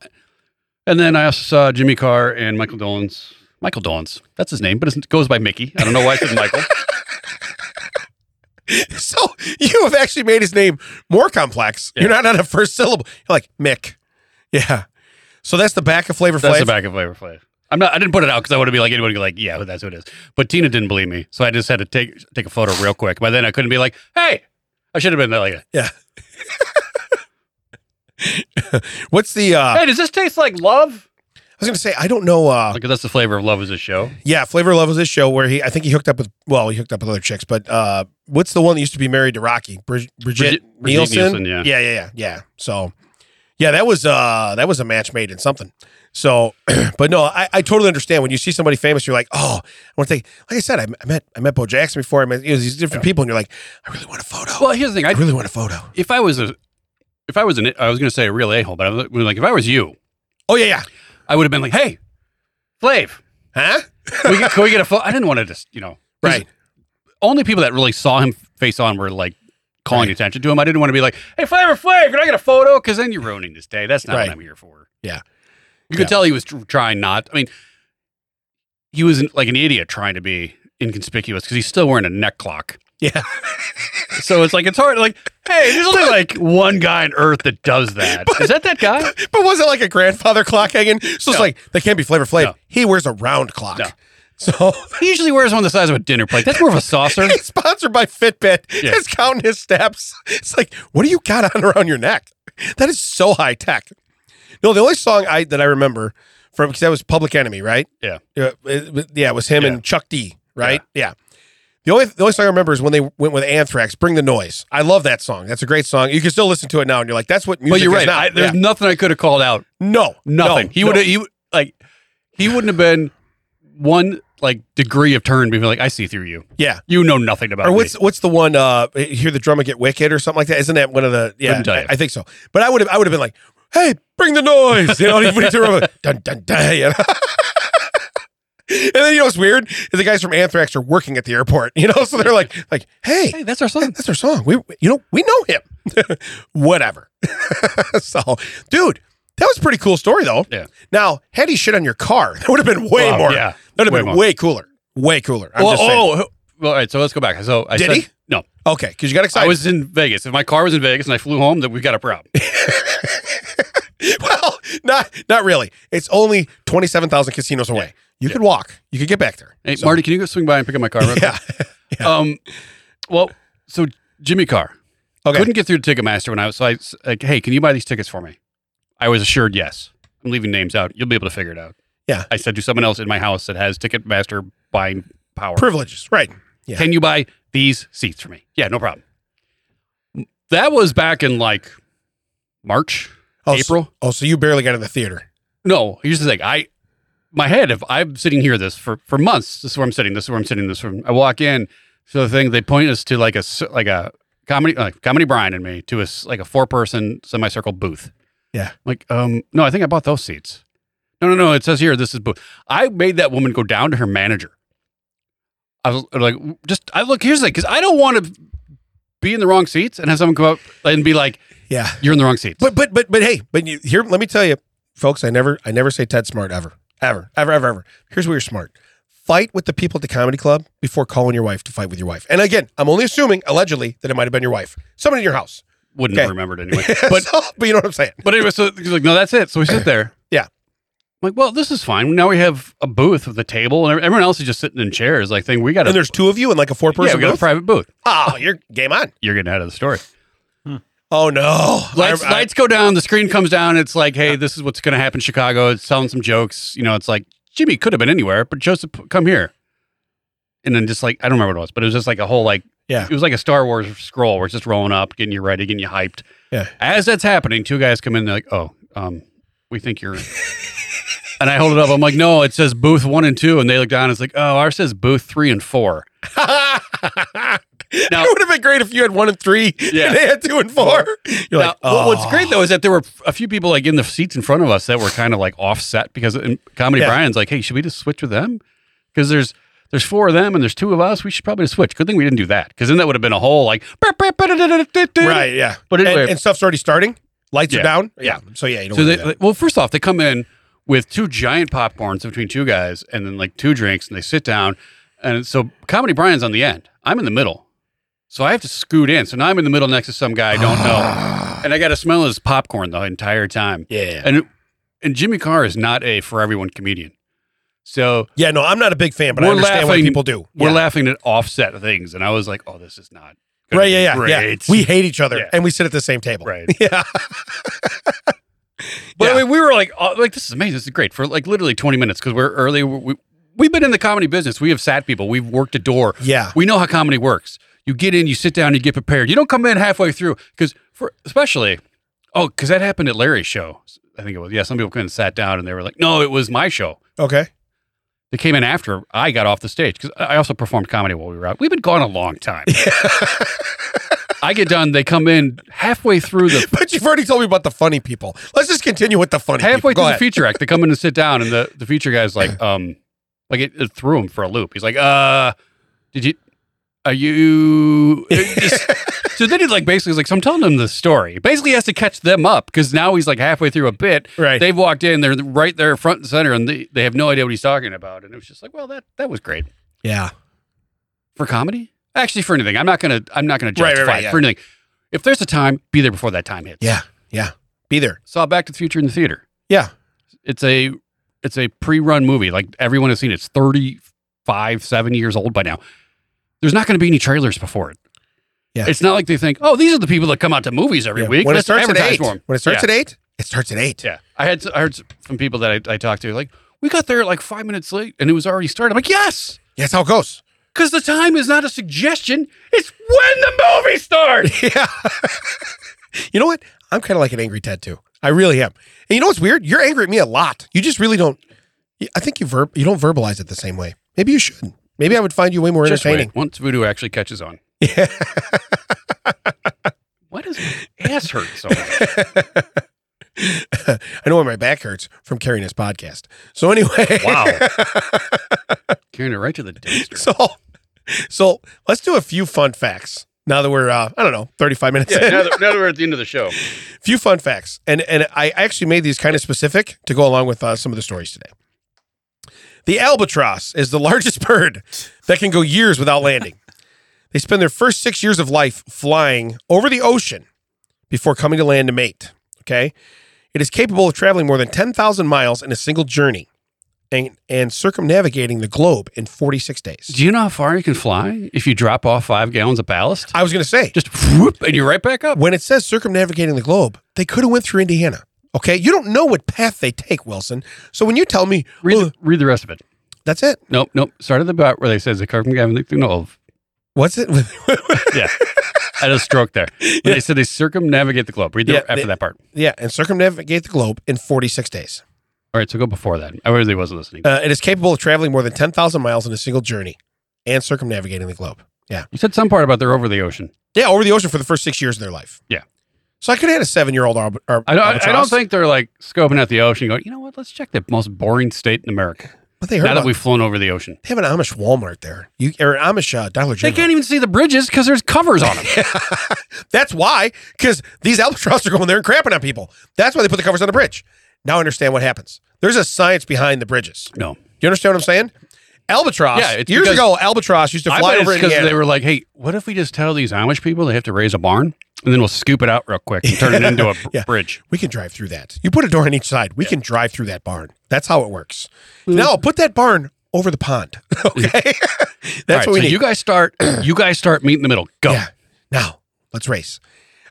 and then I also saw Jimmy Carr and Michael Dolenz. Michael Dolenz, that's his name, but it goes by Mickey. I don't know why I said Michael. So you have actually made his name more complex. You're not on a first syllable. You're like Mick. Yeah. So that's the back of flavor That's flavor. the back of Flavor Flav. I'm not. I didn't put it out because I want to be like anybody. Like, yeah, that's who it is. But Tina didn't believe me, so I just had to take take a photo real quick. By then, I couldn't be like, hey, I should have been like, What's the uh I hey, does this taste like love? was gonna say, I don't know uh Because that's the flavor of love is a show. yeah, Flavor Love was this show where he I think he hooked up with well, he hooked up with other chicks, but uh what's the one that used to be married to Rocky? Brid- Bridget, Bridget- Bridget Nielsen? Nielsen, yeah. yeah, yeah, yeah. yeah. So yeah, that was uh that was a match made in something. So, but no, I, I totally understand when you see somebody famous, you're like, oh, I want to take. Like I said, I, I met I met Bo Jackson before. I met you know, these different people, and you're like, I really want a photo. Well, here's the thing. I I, really want a photo. if I was a, if I was an, I was going to say a real a hole, but I was like, if I was you, Oh yeah, yeah. I would have been like, hey, Flav, Huh? we get, can we get a photo? I didn't want to just, you know, 'cause Right. Only people that really saw him face on were like calling attention to him. I didn't want to be like, hey, Flavor Flav, can I get a photo? Because then you're ruining this day. That's not Right. what I'm here for. Yeah. You could Yeah. tell he was tr- trying not. I mean, he was an, like an idiot trying to be inconspicuous because he's still wearing a neck clock. Yeah. So it's like it's hard. Like, hey, there's only like one guy on Earth that does that. Is that that guy? But was it like a grandfather clock hanging? So it's No. like that can't be Flavor Flav. No. He wears a round clock. No. So He usually wears one the size of a dinner plate. That's more of a saucer. he's sponsored by Fitbit. Yeah. He's counting his steps. It's like, what do you got on around your neck? That is so high tech. No, the only song I that I remember from because that was Public Enemy, right? Yeah. Yeah, it, it- yeah, it was him Yeah. and Chuck D, right? Yeah. The only the only song I remember is when they went with Anthrax, "Bring the Noise." I love that song. That's a great song. You can still listen to it now, and you're like, "That's what music But you're is right. now." I, there's Yeah. nothing I could have called out. no, Nothing. no, he no. would have. He would- like he wouldn't have been one like degree of turn. Being like, I see through you. Yeah. You know nothing about Or me. what's what's the one? Uh, hear the drummer get wicked or something like that? Isn't that one of the? Yeah, Couldn't tell I, you. I think so. But I would have I would have been like, "Hey, bring the noise!" You know, and he would have turned around, dun dun dun. You know? and then you know what's weird is the guys from Anthrax are working at the airport. You know, so they're like, like, "Hey, Hey, that's our song. that's our song. We, you know, we know him. Whatever. so, dude, that was a pretty cool story though. Yeah. Now, had he shit on your car, that would have been way Wow, more. yeah. That would Way have been more. way cooler. Way cooler. I'm well, just saying. oh, well, all right. So let's go back. So I Did said, he? No, Okay, because you got I excited. was in Vegas. If my car was in Vegas and I flew home, then we got a problem. well, not not really. It's only twenty seven thousand casinos away. You could walk. You could get back there. Hey, Marty, can you go swing by and pick up my car? Real Yeah. quick? Um. Well, so Jimmy Carr. Okay. Couldn't get through to Ticketmaster when I was so I s- like, hey, can you buy these tickets for me? I was assured yes. I'm leaving names out. You'll be able to figure it out. Yeah. I said to someone else in my house that has Ticketmaster buying power, Privileges, right? Yeah. can you buy these seats for me? Yeah, no problem. That was back in like March, Oh, so- April. oh, so you barely got in the theater. No, here's the thing. I my head if I'm sitting here this for for months. This is where I'm sitting. This is where I'm sitting. This is where I'm, I walk in. So the thing they point us to like a s- like a comedy like comedy Brian and me to a s- like a four person semicircle booth. Yeah. Like um no, I think I bought those seats. No no no. It says here this is booth. I made that woman go down to her manager. I was like just I look here's the thing because I don't want to be in the wrong seats and have someone come up and be like Yeah. you're in the wrong seats. But but but but hey, but you, here, let me tell you, folks. I never I never say Ted Smart ever, ever, ever, ever, ever. Here's where you're smart. Fight with the people at the comedy club before calling your wife to fight with your wife. And again, I'm only assuming allegedly that it might have been your wife, someone in your house. Wouldn't have okay. remembered anyway. But So- but you know what I'm saying? But anyway, so he's like, no, that's it. So we sit there. Yeah. I'm like, well, this is fine. Now we have a booth with a table, and everyone else is just sitting in chairs. Like, thing we got And a, there's two of you and like a four yeah, person we got a booth. private booth. Oh, you're game on. You're getting out of the story. Oh no, Lights, I- I- lights go down. The screen comes down. It's like, hey, this is what's going to happen in Chicago. It's telling some jokes. You know, it's like Jimmy could have been anywhere, but Joseph, come here. And then just like I don't remember what it was, but it was just like a whole like Yeah. it was like a Star Wars scroll where it's just rolling up, getting you ready, getting you hyped. Yeah. As that's happening, two guys come in. They're like, oh, um, we think you're. and I hold it up. I'm like, no, it says booth one and two. And they look down. It's like, oh, ours says booth three and four. Now- it would have been great if you had one and three Yeah. and they had two and four. You're Now, like, what- What's "Oh." great though is that there were a few people like in the seats in front of us that were kind of like offset because in comedy Yeah. Brian's like, hey, should we just switch with them? Because there's there's four of them and there's two of us. We should probably just switch. Good thing we didn't do that because then that would have been a whole like Right, yeah. But And- anyway, and, stuff's already starting. Lights Yeah. are down. Yeah. So yeah, you don't So wanna they, do that. well, first off, they come in with two giant popcorns between two guys, and then like two drinks, and they sit down. And so comedy Brian's on the end. I'm in the middle, so I have to scoot in. So now I'm in the middle next to some guy I don't know, and I got to smell his popcorn the entire time. yeah. And and Jimmy Carr is not a for everyone comedian, so Yeah, no, I'm not a big fan, but I We're understand what laughing- people do. we're Yeah. laughing at offset things. And I was like, oh, this is not gonna Right, be yeah, yeah, yeah. great. We hate each other Yeah. and we sit at the same table. right. Yeah. But Yeah. I mean, we were like, oh, like this is amazing. This is great for like literally 20 minutes because we're early. We, we've been in the comedy business. We have sat people. We've worked a door. Yeah. We know how comedy works. You get in, you sit down, you get prepared. You don't come in halfway through because for especially, oh, because that happened at Larry's show. I think it was. Yeah, some people couldn't sat down and they were like, no, it was my show. Okay. They came in after I got off the stage because I also performed comedy while we were out. We've been gone a long time. I get done. They come in halfway through the But you've already told me about the funny people. Let's just continue with the funny halfway people. through Go the feature act, they come in and sit down, and the, the feature guy's like, um, like it, it threw him for a loop. He's like, uh, did you, are you? it just- so then he like basically is like, so I'm telling him the story. Basically, he has to catch them up because now he's like halfway through a bit. Right. They've walked in, they're right there front and center, and they, they have no idea what he's talking about. And it was just like, well, that that was great yeah. for comedy. Actually, for anything, I'm not gonna I'm not gonna Right, right, justify right, it yeah. for anything. If there's a time, be there before that time hits. Yeah. Yeah. Be there. Saw Back to the Future in the theater. Yeah. it's a it's a pre-run movie. Like everyone has seen it. It's 35, 7 years old by now. There's not going to be any trailers before it. Yeah. It's not like they think, "Oh, these are the people that come out to movies every Yeah. week." When it Let's starts at advertise eight. for 'em." When it starts at yeah. eight, it starts at eight. Yeah. I had I heard from people that I, I talked to like, "We got there like 5 minutes late and it was already started." I'm like, "Yes." That's how it goes. Cuz the time is not a suggestion. It's when the movie starts. Yeah. you know what? I'm kind of like an angry Ted too. I really am. And you know what's weird? You're angry at me a lot. You just really don't. I think you verb. You don't verbalize it the same way. Maybe you should. Maybe I would find you way more Just entertaining. wait. Once voodoo actually catches on. Yeah. Why does my ass hurt so much? I know why my back hurts from carrying this podcast. So anyway, Wow. Carrying it right to the dumpster. so so let's do a few fun facts now that we're uh, I don't know 35 minutes Yeah, in. now that, now that we're at the end of the show. few fun facts, and and I actually made these kind of specific to go along with uh, some of the stories today. The albatross is the largest bird that can go years without landing. they spend their first six years of life flying over the ocean before coming to land to mate. Okay, it is capable of traveling more than ten thousand miles in a single journey, and and circumnavigating the globe in forty six days. Do you know how far you can fly if you drop off five gallons of ballast? I was going to say Just whoop, and you're right back up. when it says circumnavigating the globe, they could have went through Indiana. Okay, you don't know what path they take, Wilson. So when you tell me, Read, "Well, the, read the rest of it. that's it. Nope, nope. Start at the part where they says the circumnavigating of. What's it? Yeah, I had a stroke there. When They said they circumnavigate the globe. Read the, Yeah, after they- that part. yeah, and circumnavigate the globe in 46 days. All right, so go before that. I really wasn't listening. Uh, it is capable of traveling more than 10,000 miles in a single journey and circumnavigating the globe. Yeah. You said some part about they're over the ocean. Yeah, over the ocean for the first six years of their life. Yeah. So I could have had a seven year old arb- arb- I don't. I- I, albatross, don't think they're like scoping out the ocean, going, you know what? Let's check the most boring state in America. But they heard Now about, that we've flown over the ocean, they have an Amish Walmart there. You or an Amish uh, Dollar they General. can't even see the bridges because there's covers on them. That's why, because these albatross are going there and crapping on people. That's why they put the covers on the bridge. Now I understand what happens. There's a science behind the bridges. no, You understand what I'm saying? Albatross. Yeah, it's years because- ago, albatross used to fly over because Indiana. they were like, "Hey, what if we just tell these Amish people they have to raise a barn, and then we'll scoop it out real quick and turn it into a b- Yeah. bridge?" we can drive through that. You put a door on each side. We can drive through that barn. That's how it works. Now put that barn over the pond. Okay, that's Mm-hmm. All what right, we so need. You guys start. you guys start. Meet in the middle. Go. Yeah. Now let's race.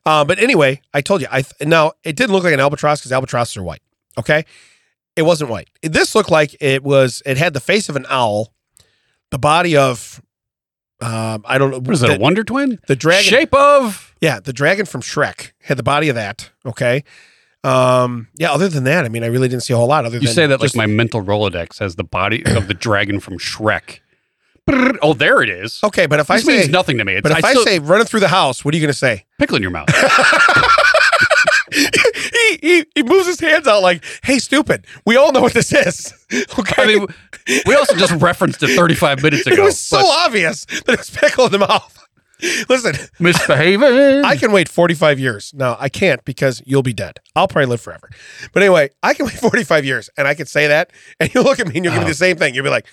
Uh, but anyway, I told you. I th- now it didn't look like an albatross because albatrosses are white. Okay, it wasn't white. This looked like it was. It had the face of an owl, the body of, um, I don't know. What is it? the, a Wonder Twin? the dragon? Shape of Yeah, the dragon from Shrek had the body of that. Okay, Um, yeah. Other than that, I mean, I really didn't see a whole lot. Other You than say that just- like my mental Rolodex has the body of the dragon from Shrek. Brrr. Oh, there it is. okay, but if I this say means nothing to me. It's, But if I, still, say running through the house, what are you going to say? pickle in your mouth. he, he he moves his hands out like, "Hey, stupid! We all know what this is." Okay, I mean, we also just referenced it 35 minutes it ago. was so obvious that it's pickle in the mouth. Listen, misbehaving. I can wait 45 years. No, I can't because you'll be dead. I'll probably live forever. But anyway, I can wait 45 years and I can say that, and you look at me and you'll give me the same thing. You'll be like,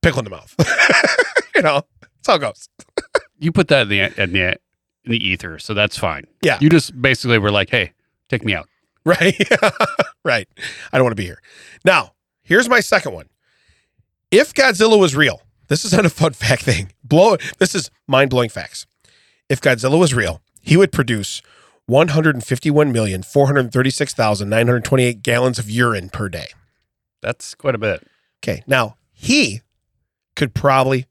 "Pickle in the mouth." you know, that's how it goes. you put that in the in the in the ether, so that's fine. Yeah. You just basically were like, "Hey, take me out." Right. right. I don't want to be here. Now, here's my second one. If Godzilla was real, this is not a fun fact thing. Blow this is mind-blowing facts. If Godzilla was real, he would produce 151,436,928 gallons of urine per day. That's quite a bit. Okay. Now, he could probably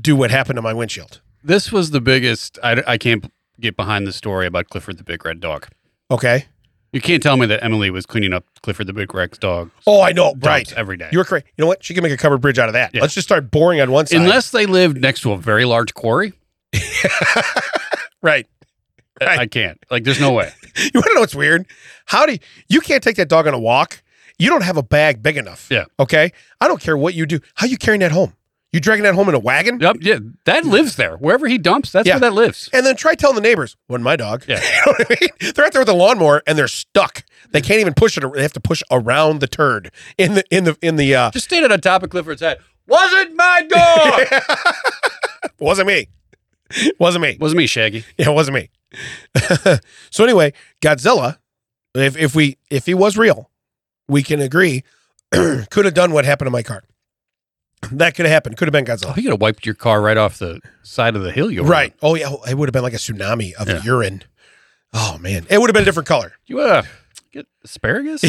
do what happened to my windshield. This was the biggest. I, I can't get behind the story about Clifford the Big Red Dog. Okay? You can't tell me that Emily was cleaning up Clifford the Big Red Dog. Oh, I know. dumps Right. Every day. You're correct. You know what? She can make a covered bridge out of that. Yeah. Let's just start boring on one side. Unless they lived next to a very large quarry, right. I- I can't. Like, there's no way. You want to know what's weird? How do you, you can't take that dog on a walk? You don't have a bag big enough. Yeah. Okay. I don't care what you do. How you carrying that home? You dragging that home in a wagon? Yep, yeah, that lives there. Wherever he dumps, that's Yeah. where that lives. And then try telling the neighbors, "Wasn't my dog." Yeah. you know what I mean? They're out there with a lawnmower and they're stuck. They can't even push it. They have to push around the turd in the in the in the. uh Just stand on top of Clifford's head. Wasn't my dog. Wasn't me. Wasn't me. Wasn't me, Shaggy. Yeah, it wasn't me. so anyway, Godzilla, if if we if he was real, we can agree, could have done what happened to my car. That could have happened. Could have been Oh, Godzilla. he could have wiped your car right off the side of the hill you were right. on. Oh yeah, it would have been like a tsunami of Yeah. urine. Oh man, it would have been a different color. You uh, get asparagus?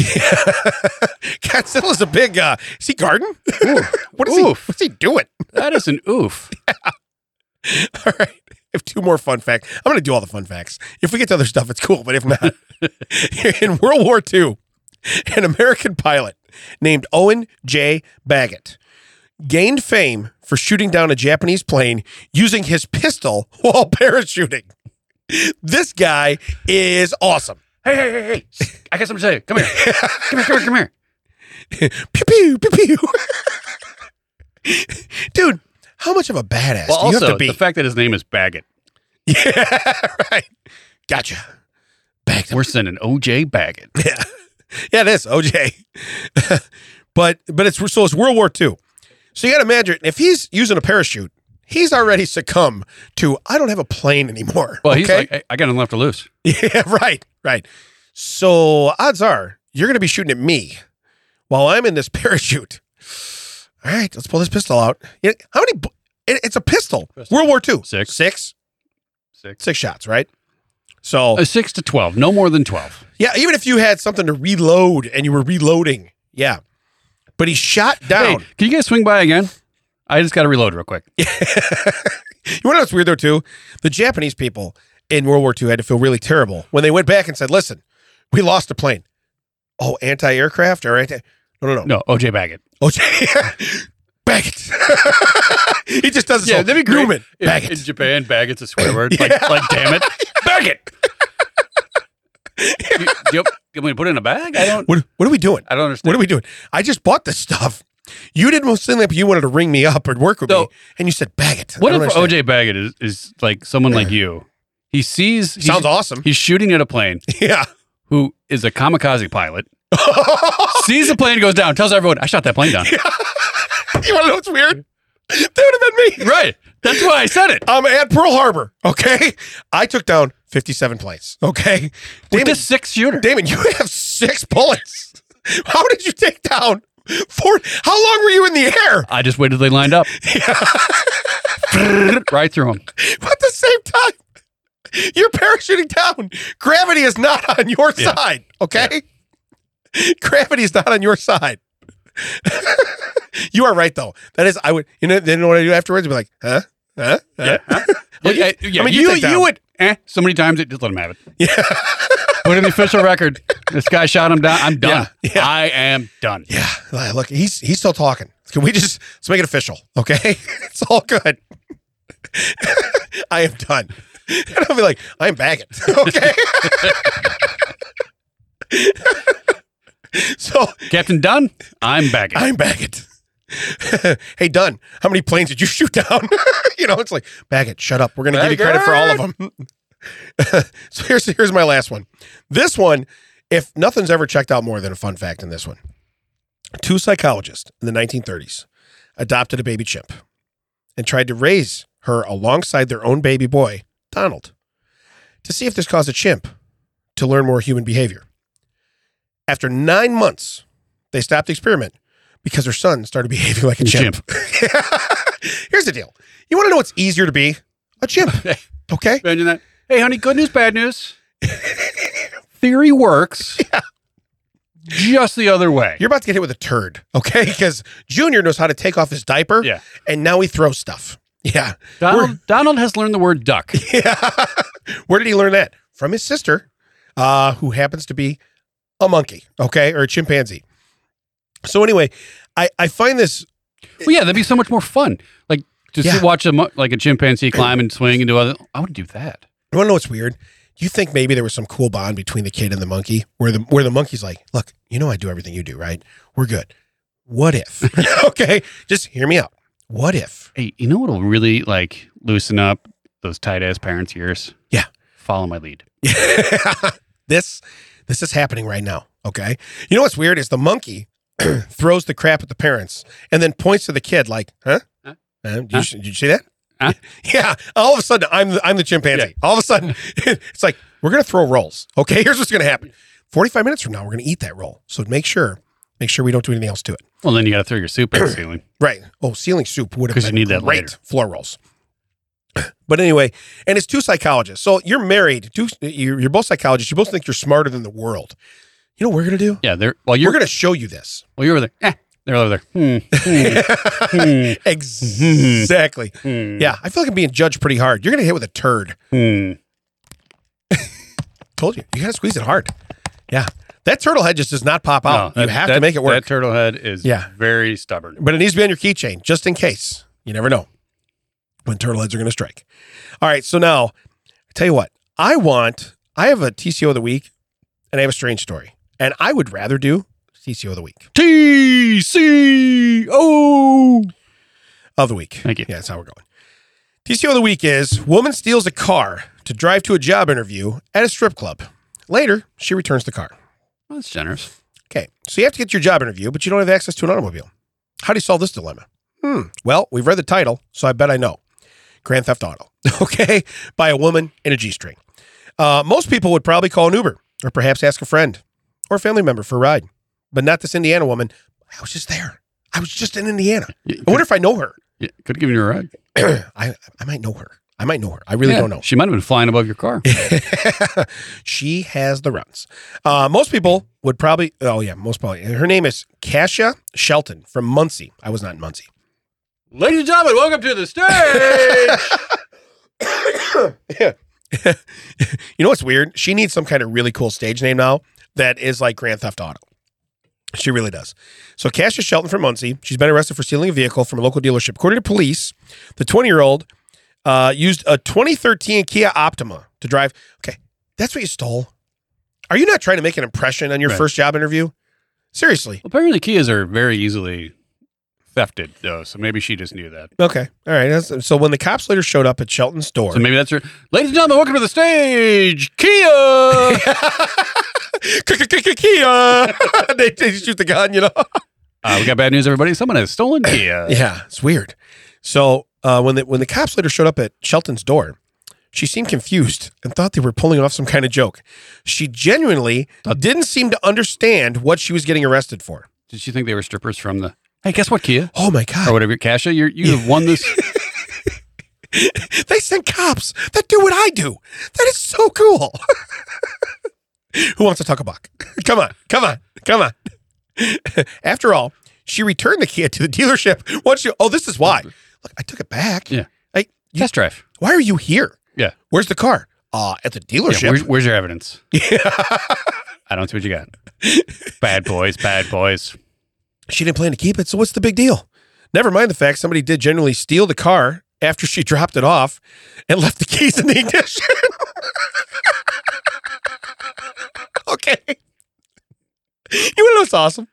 Godzilla's a big. uh Is he garden? what is he? Oof. What's he doing? that is an oof. All right. I have two more fun facts. I'm going to do all the fun facts. If we get to other stuff, it's cool. But if not, in World War II, an American pilot named Owen J. Baggett gained fame for shooting down a Japanese plane using his pistol while parachuting. This guy is awesome. Hey, hey, hey, hey! I got something to tell you. Come here, come here, come here, come here. Pew, pew, pew, pew. Dude, how much of a badass Well, do you have also to be? the fact that his name is Baggett. yeah, right. Gotcha. Bagged We're sending OJ Baggett. Yeah, yeah, it is OJ. but but it's so it's World War II. So you got to imagine if he's using a parachute, he's already succumbed to I don't have a plane anymore. Well, he's like, hey, I got him left to loose. yeah, right, right. So odds are you're going to be shooting at me while I'm in this parachute. All right, let's pull this pistol out. Yeah, How many? bu- It, it's a pistol. Pistol. World War II. Six. Six. Six, Six shots. Right. So uh, six to twelve, no more than twelve. yeah, even if you had something to reload and you were reloading, yeah. But he shot Hey, down. can you guys swing by again? I just got to reload real quick. You want to know what's weird though too? The Japanese people in World War II had to feel really terrible when they went back and said, "Listen, we lost a plane. Oh, anti-aircraft or anti? No, no, no. No, OJ Baggett. Oh, back it. he just does it. Yeah, so that'd be great. Newman, In, back in it. Japan, baggett's a swear word. Like, like damn it, bagget. you, you, you want me to put it in a bag? I don't. What, what are we doing? I don't understand. What are we doing? I just bought this stuff. You did most thing that you wanted to ring me up or work with No. me, and you said, "Bag it." I What don't if understand. OJ Baggett is, is like someone like you? He sees he's, sounds awesome? he's shooting at a plane yeah. who is a kamikaze pilot. sees the plane goes down, tells everyone, "I shot that plane down." You want to know what's weird? That would have been me. right. That's why I said it. I'm at Pearl Harbor. Okay, I took down 57 planes. Okay, With Damon, this six shooter. Damon, you have six bullets. How did you take down four? How long were you in the air? I just waited till they lined up. right through him. At the same time, you're parachuting down. Gravity is not on your Yeah. side. Okay, gravity is not on your side. you are right though. That is, I would. You know, then what I do afterwards? I'd be like, huh, huh, huh? Yeah, yeah, I mean, you you, take down. you would eh, so many times it just let him have it. Yeah. Put in the official record. This guy shot him down. I'm done. Yeah, yeah. I am done. Yeah. Like, Look, he's he's still talking. Can we just let's make it official? Okay. It's all good. I am done. And I'll be like, I'm bagging. Okay. so Captain Dunn, I'm back. I'm Baggett. hey, Dunn, how many planes did you shoot down? you know, it's like, Baggett, shut up. We're going to give you credit for all of them. so here's, here's my last one. This one, if nothing's ever checked out more than a fun fact in this one, two psychologists in the 1930s adopted a baby chimp and tried to raise her alongside their own baby boy, Donald, to see if this caused a chimp to learn more human behavior. After nine months, they stopped the experiment because her son started behaving like a chimp. Here's the deal. You want to know what's easier to be? A chimp. Okay? Imagine that. Hey, honey, good news, bad news. Theory works. Just the other way. You're about to get hit with a turd, okay? Because Junior knows how to take off his diaper, Yeah. and now he throws stuff. Yeah. Donald, Donald has learned the word duck. yeah. Where did he learn that? From his sister, uh, who happens to be a monkey, okay, or a chimpanzee. So anyway, I, I find this Well, yeah, that'd be so much more fun. Like to Yeah. sit, watch a mo- like a chimpanzee climb and swing and do other. I would do that. You want to know what's weird? Do you think maybe there was some cool bond between the kid and the monkey, where the where the monkey's like, "Look, you know I do everything you do, right? We're good. What if? okay, just hear me out. What if? Hey, you know what'll really like loosen up those tight ass parents' of yours? Yeah. follow my lead. this this is happening right now. Okay, you know what's weird is the monkey throws the crap at the parents and then points to the kid like, "Huh? Huh? Huh? Did, Huh? You, did you see that? Huh? Yeah. All of a sudden, I'm the, I'm the chimpanzee. All of a sudden, it's like we're gonna throw rolls. Okay, here's what's gonna happen. 45 minutes from now, we're gonna eat that roll. So make sure make sure we don't do anything else to it. Well, then you got to throw your soup at the ceiling. Right. Oh, ceiling soup would have 'Cause been you need that great later. floor rolls. But anyway, and it's two psychologists. So you're married. Two, you're you're both psychologists. You both think you're smarter than the world. You know what we're gonna do? Yeah, they're well, We're you're gonna show you this well, you're over there. Eh, they're over there. Hmm, hmm, exactly. hmm, Yeah, I feel like I'm being judged pretty hard. You're gonna hit with a turd. hmm. Told you. You gotta squeeze it hard. Yeah, that turtle head just does not pop out. No, you that- have to that- make it work. That turtle head is Yeah. very stubborn. but it needs to be on your keychain just in case. You never know when turtle heads are going to strike. All right, so now I tell you what I want. I have a TCO of the week, and I have a strange story, and I would rather do TCO of the week T C O. of the week. Thank you. Yeah, that's how we're going. TCO of the week is woman steals a car to drive to a job interview at a strip club. Later, she returns the car. Well, that's generous. Okay, so you have to get your job interview, but you don't have access to an automobile. How do you solve this dilemma? Hmm. Well, we've read the title, so I bet I know. Grand Theft Auto. Okay, by a woman in a G-string. Uh, most people would probably call an Uber or perhaps ask a friend or a family member for a ride, but not this Indiana woman. I was just there. I was just in Indiana. You I wonder if I know her. could, have given you a ride. I I might know her. I might know her. I really Yeah, don't know. She might have been flying above your car. she has the runs. Uh, most people would probably, oh yeah, most probably. Her name is Kasia Shelton from Muncie. I was not in Muncie. Ladies and gentlemen, welcome to the stage. You know what's weird? She needs some kind of really cool stage name now that is like Grand Theft Auto. She really does. So Kasia Shelton from Muncie, she's been arrested for stealing a vehicle from a local dealership. According to police, the 20-year-old uh, used a 2013 Kia Optima to drive. Okay, that's what you stole. Are you not trying to make an impression on your Right. first job interview? Seriously. Apparently, Kias are very easily thefted, though. So maybe she just knew that. Okay. All right. That's, so when the cops later showed up at Shelton's door, So maybe that's her. Ladies and gentlemen, welcome to the stage, Kia. Uh, Kia! they, they shoot the gun, you know? Uh, we got bad news, everybody. Someone has stolen Kia. Yeah, it's weird. So uh, when the when the cops later showed up at Shelton's door, she seemed confused and thought they were pulling off some kind of joke. She genuinely didn't seem to understand what she was getting arrested for. Did she think they were strippers from the? Hey, guess what, Kia Oh my or god! whatever, Kasha? You you have won this. They send cops that do what I do. That is so cool. Who wants to talk a buck? Come on, come on, come on. After all, she returned the Kia to the dealership. Once you, oh, this is why. Look, I took it back. Yeah. Like, you- Test drive. why are you here? Yeah. Where's the car? uh, at the Yeah, where's, dealership. where's your evidence? Yeah. I don't see what you got. bad boys, bad boys. she didn't plan to keep it, so what's the big deal? Never mind the fact somebody did generally steal the car after she dropped it off and left the keys in the ignition. okay. You want to know what's awesome?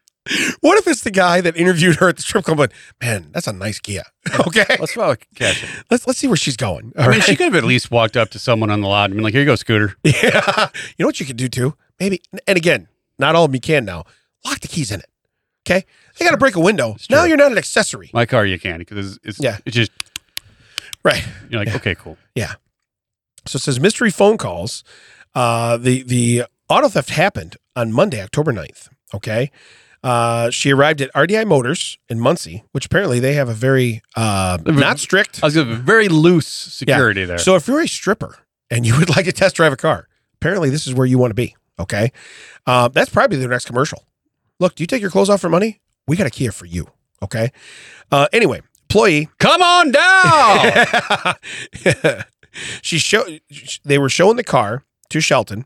What if it's the guy that interviewed her at the strip club? But man, that's a nice Kia. Okay, Let's follow cash. it. let's let's see where she's going. All I right. mean, she could have at least walked up to someone on the lot and been like, "Here you go, scooter." Yeah. You know what you could do too? Maybe, and again, not all of them you can now. Lock the keys in it. Okay. They got to break a window. It's Now true. you're not an accessory. My car, you can because it's, it's Yeah. It's just Right. you're like, okay, cool. So it says mystery phone calls. Uh, the, the auto theft happened on Monday, October 9th. Okay. Uh, she arrived at RDI Motors in Muncie, which apparently they have a very uh, not strict. I was gonna very loose security there. So if you're a stripper and you would like to test drive a car, apparently this is where you want to be. Okay. Uh, that's probably their next commercial. Look, do you take your clothes off for money? We got a Kia for you. Okay. Uh, anyway, employee. Come on down. she showed. They were showing the car to Shelton.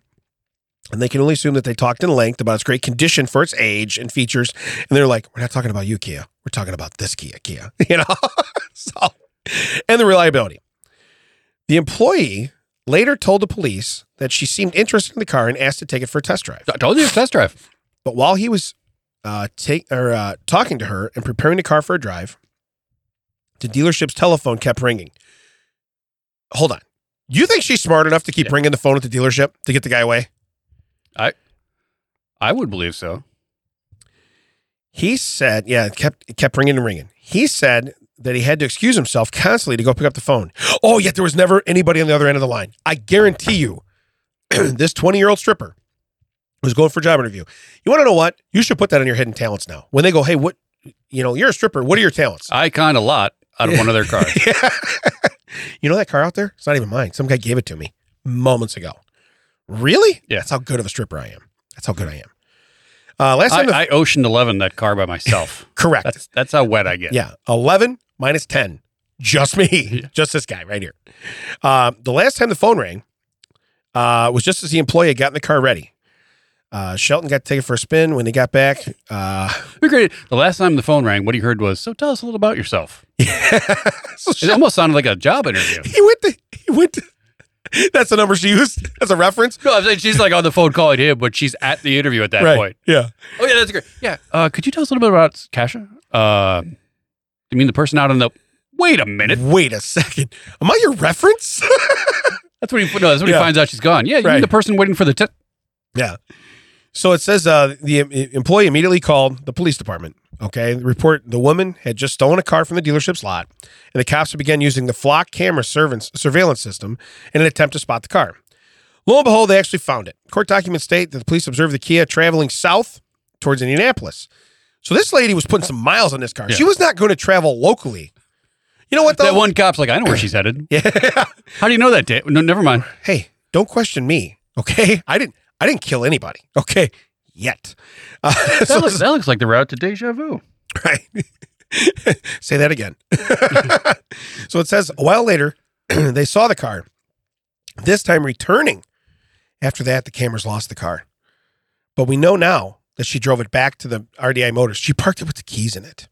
And they can only assume that they talked in length about its great condition for its age and features. And they're like, we're not talking about you, Kia. We're talking about this Kia, Kia. You know? so, and the reliability. The employee later told the police that she seemed interested in the car and asked to take it for a test drive. I told you, it's test drive. But while he was uh, take, or, uh, talking to her and preparing the car for a drive, the dealership's telephone kept ringing. Hold on. You think she's smart enough to keep Yeah. ringing the phone at the dealership to get the guy away? I would believe so. He said, yeah, it kept it kept ringing and ringing. He said that he had to excuse himself constantly to go pick up the phone. Oh, yet there was never anybody on the other end of the line. I guarantee you, this 20 year old stripper was going for a job interview. You want to know what? You should put that on your hidden talents now. When they go, hey, what, you know, you're a stripper. What are your talents? I kind of lot out of one of their cars. Yeah. you know that car out there? It's not even mine. Some guy gave it to me moments ago. Really? Yeah. That's how good of a stripper I am. That's how good I am. Uh, last time, the- I, I ocean eleven that car by myself. correct. That's that's how wet I get. Yeah, 11 minus 10. Just me. Just this guy right here. Uh, the last time the phone rang uh, was just as the employee had gotten the car ready. Uh, Shelton got to take it for a spin. When he got back, uh, We created- The last time the phone rang, what he heard was, "So tell us a little about yourself." so It Shelton- almost sounded like a job interview. he went to, he went to, that's the number she used as a reference. No, I'm saying she's like on the phone calling him, but she's at the interview at that point. Yeah. Oh yeah, that's great. Yeah. Uh, could you tell us a little bit about Kasha? Uh, you mean the person out in the? Wait a minute. Wait a second. Am I your reference? That's what he. No, that's what Yeah. he finds out she's gone. Yeah, you Right. mean the person waiting for the. Te- Yeah. So it says uh, the em- employee immediately called the police department. Okay. The report the woman had just stolen a car from the dealership's lot, and the cops began using the flock camera servants, surveillance system in an attempt to spot the car. Lo and behold, they actually found it. Court documents state that the police observed the Kia traveling south towards Indianapolis. So this lady was putting some miles on this car. She Yeah. was not going to travel locally. You know what, though? that one cop's like, I know where she's headed. yeah. How do you know that, Dave? No, never mind. hey, don't question me. Okay. I didn't, I didn't kill anybody. Okay. Yet. Uh, so That looks, that looks like the route to deja vu. Right. Say that again. so it says a while later, they saw the car, this time returning. After that, the cameras lost the car. But we know now that she drove it back to the RDI Motors. She parked it with the keys in it.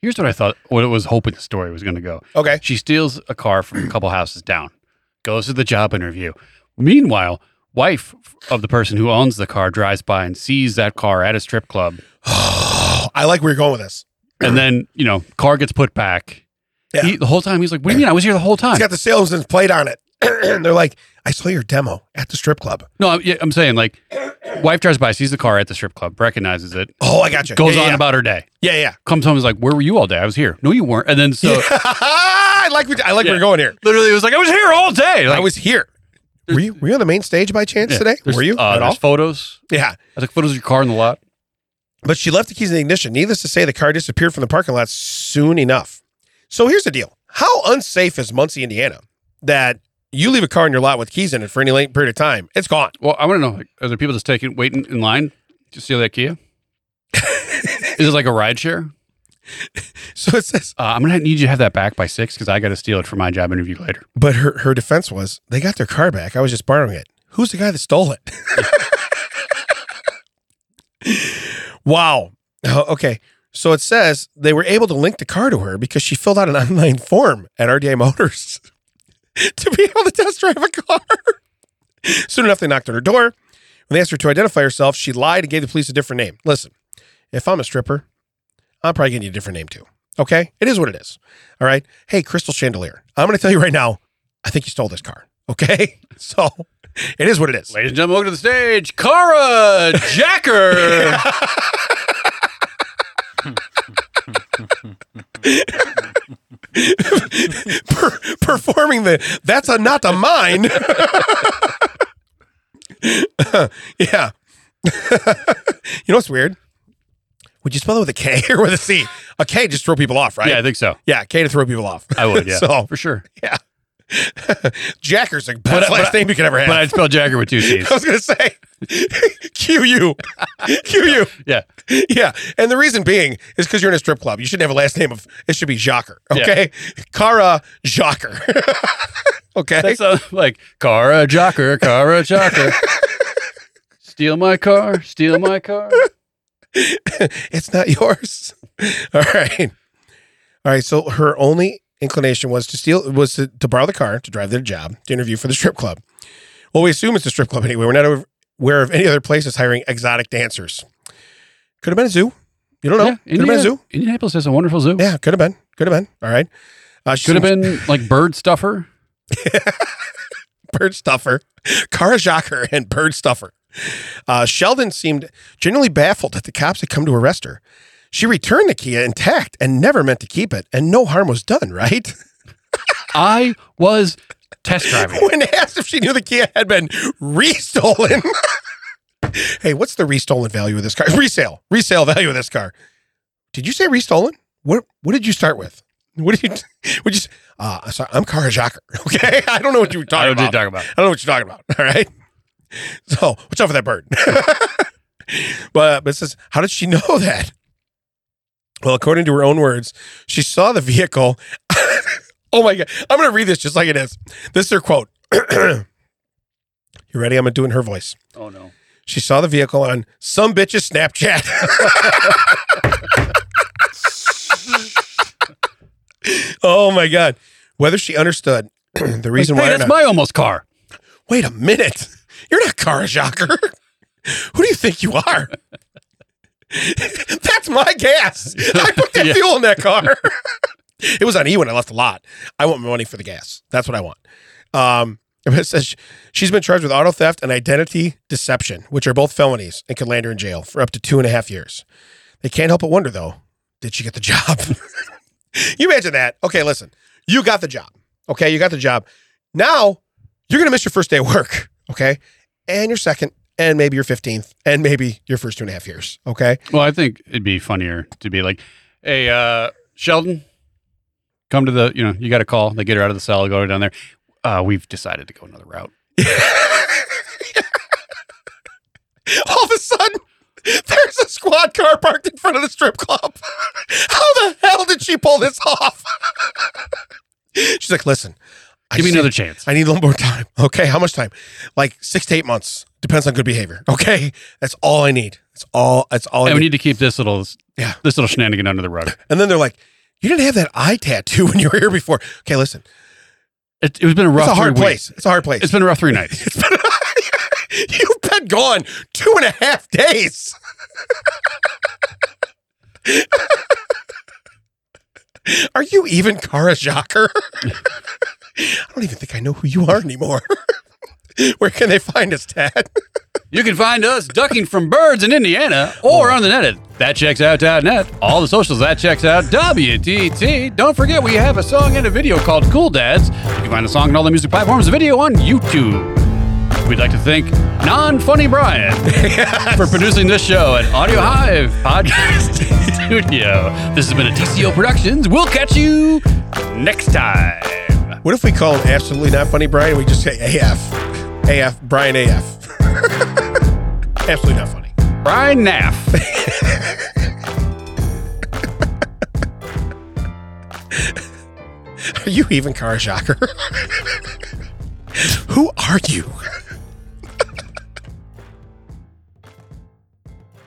Here's what I thought. What it was hoping the story was going to go. Okay. She steals a car from a couple houses down, goes to the job interview. Meanwhile, wife of the person who owns the car drives by and sees that car at a strip club. I like where you're going with this. And then, you know, car gets put back. Yeah. He, the whole time he's like, What do you mean? I was here the whole time. It's got the salesman's plate on it. They're like, I saw your demo at the strip club. no, I'm, yeah, I'm saying like, wife drives by, sees the car at the strip club, recognizes it, Oh, I got you. goes yeah, on yeah, about her day. yeah, yeah. Comes home is like, Where were you all day? I was here. No, you weren't. And then so I like. what- I like where Yeah. you're going here. literally it was like, I was here all day. Like, I was here. Were you, were you on the main stage by chance yeah, today? there's, Were you Uh, at there's all? photos. Yeah. I took photos of your car in the lot. But she left the keys in the ignition. Needless to say, the car disappeared from the parking lot soon enough. So here's the deal How unsafe is Muncie, Indiana, that you leave a car in your lot with keys in it for any length period of time? It's gone. Well, I want to know: like, are there people just taking waiting in line to steal that Kia? Is it like a ride share? So it says, Uh, I'm gonna need you to have that back by six because I got to steal it for my job interview later. but her, her defense was they got their car back. I was just borrowing it. Who's the guy that stole it? wow. Oh, Okay. So it says they were able to link the car to her because she filled out an online form at RDA Motors to be able to test drive a car. Soon enough, they knocked on her door. When they asked her to identify herself, she lied and gave the police a different name. Listen, if I'm a stripper, I'm probably getting a different name too. Okay? It is what it is. All right. Hey, Crystal Chandelier, I'm going to tell you right now, I think you stole this car. Okay? So it is what it is. Ladies and gentlemen, welcome to the stage, Cara Jacker. per- performing the that's a not a mine. yeah. you know what's weird? Would you spell it with a K or with a C? A K just throw people off, right? Yeah, I think so. Yeah, K to throw people off. I would, yeah, So- for sure. Jacker's the best but- last name you could ever have. But I'd spell Jacker with two C's. I was gonna say Q U Q U. Yeah. Yeah. And the reason being is because you're in a strip club. You shouldn't have a last name of it should be Jocker. Okay. Cara Jocker. okay. That sounds like Cara Jocker, Cara Jocker. steal my car, steal my car. it's not yours. All right. All right. So her only inclination was to steal was to, to borrow the car to drive their job to interview for the strip club. Well, we assume it's a strip club anyway. We're not aware of any other places hiring exotic dancers. Could have been a zoo. You don't know. Yeah, could have been a Indiana- zoo. Indianapolis has a wonderful zoo. Yeah, could have been. Could have been. All right. Uh, she Could have seems- been like bird stuffer. bird stuffer, Kara Jocker, and bird stuffer. Uh, Sheldon seemed genuinely baffled that the cops had come to arrest her. She returned the Kia intact and never meant to keep it, and no harm was done, right? I was test driving. when asked if she knew the Kia had been restolen. hey, what's the restolen value of this car? Resale. Resale value of this car. Did you say restolen? What what did you start with? What did you what you s- uh I'm sorry, I'm Kara Jocker. Okay. I don't know what you were I talking don't know what about. you're talking about. I don't know what you're talking about. All right. So watch out for that bird. but, but it says, how did she know that? Well, according to her own words, she saw the vehicle. oh my God. I'm going to read this just like it is. This is her quote. you ready? I'm going to do it in her voice. Oh no. She saw the vehicle on some bitch's Snapchat. oh my God. Whether she understood the reason hey, why. or that's not- my almost car. wait a minute. You're not Kara Jocker. Who do you think you are? That's my gas. I put that Yeah. fuel in that car. it was on E when I left the lot. I want my money for the gas. That's what I want. Um, it says she's been charged with auto theft and identity deception, which are both felonies and could land her in jail for up to two and a half years. They can't help but wonder, though, did she get the job? you imagine that. Okay, listen, you got the job. Okay, you got the job. Now you're going to miss your first day of work. Okay. And your second, and maybe your 15th, and maybe your first two and a half years. Okay. Well, I think it'd be funnier to be like, "Hey, uh, Sheldon, come to the you know you got a call. They get her out of the cell, go down there. Uh, we've decided to go another route. All of a sudden, there's a squad car parked in front of the strip club. How the hell did she pull this off? She's like, listen, I Give me see- another chance." I need a little more time. Okay. How much time? Like six to eight months. Depends on good behavior. Okay. That's all I need. That's all. That's all I and need. we need to keep this little Yeah. this little shenanigan under the rug. and then they're like, you didn't have that eye tattoo when you were here before. Okay. Listen, It, it's been a rough. it's a three hard weeks. place. It's a hard place. It's been a rough three nights. You've been gone two and a half days. are you even Kara Jocker? I don't even think I know who you are anymore. Where can they find us, Tad? You can find us ducking from birds in Indiana or on the net at thatchecksout.net. All the socials that checks out WTT. Don't forget we have a song and a video called Cool Dads. You can find the song on all the music platforms, the video on YouTube. We'd like to thank non-funny Brian for producing this show at Audio Hive Podcast Studio. This has been a TCO Productions. We'll catch you next time. What if we call him absolutely not funny Brian? We just say AF. AF, Brian AF. absolutely not funny. Brian Naff. Are you even Karashaker? Who are you?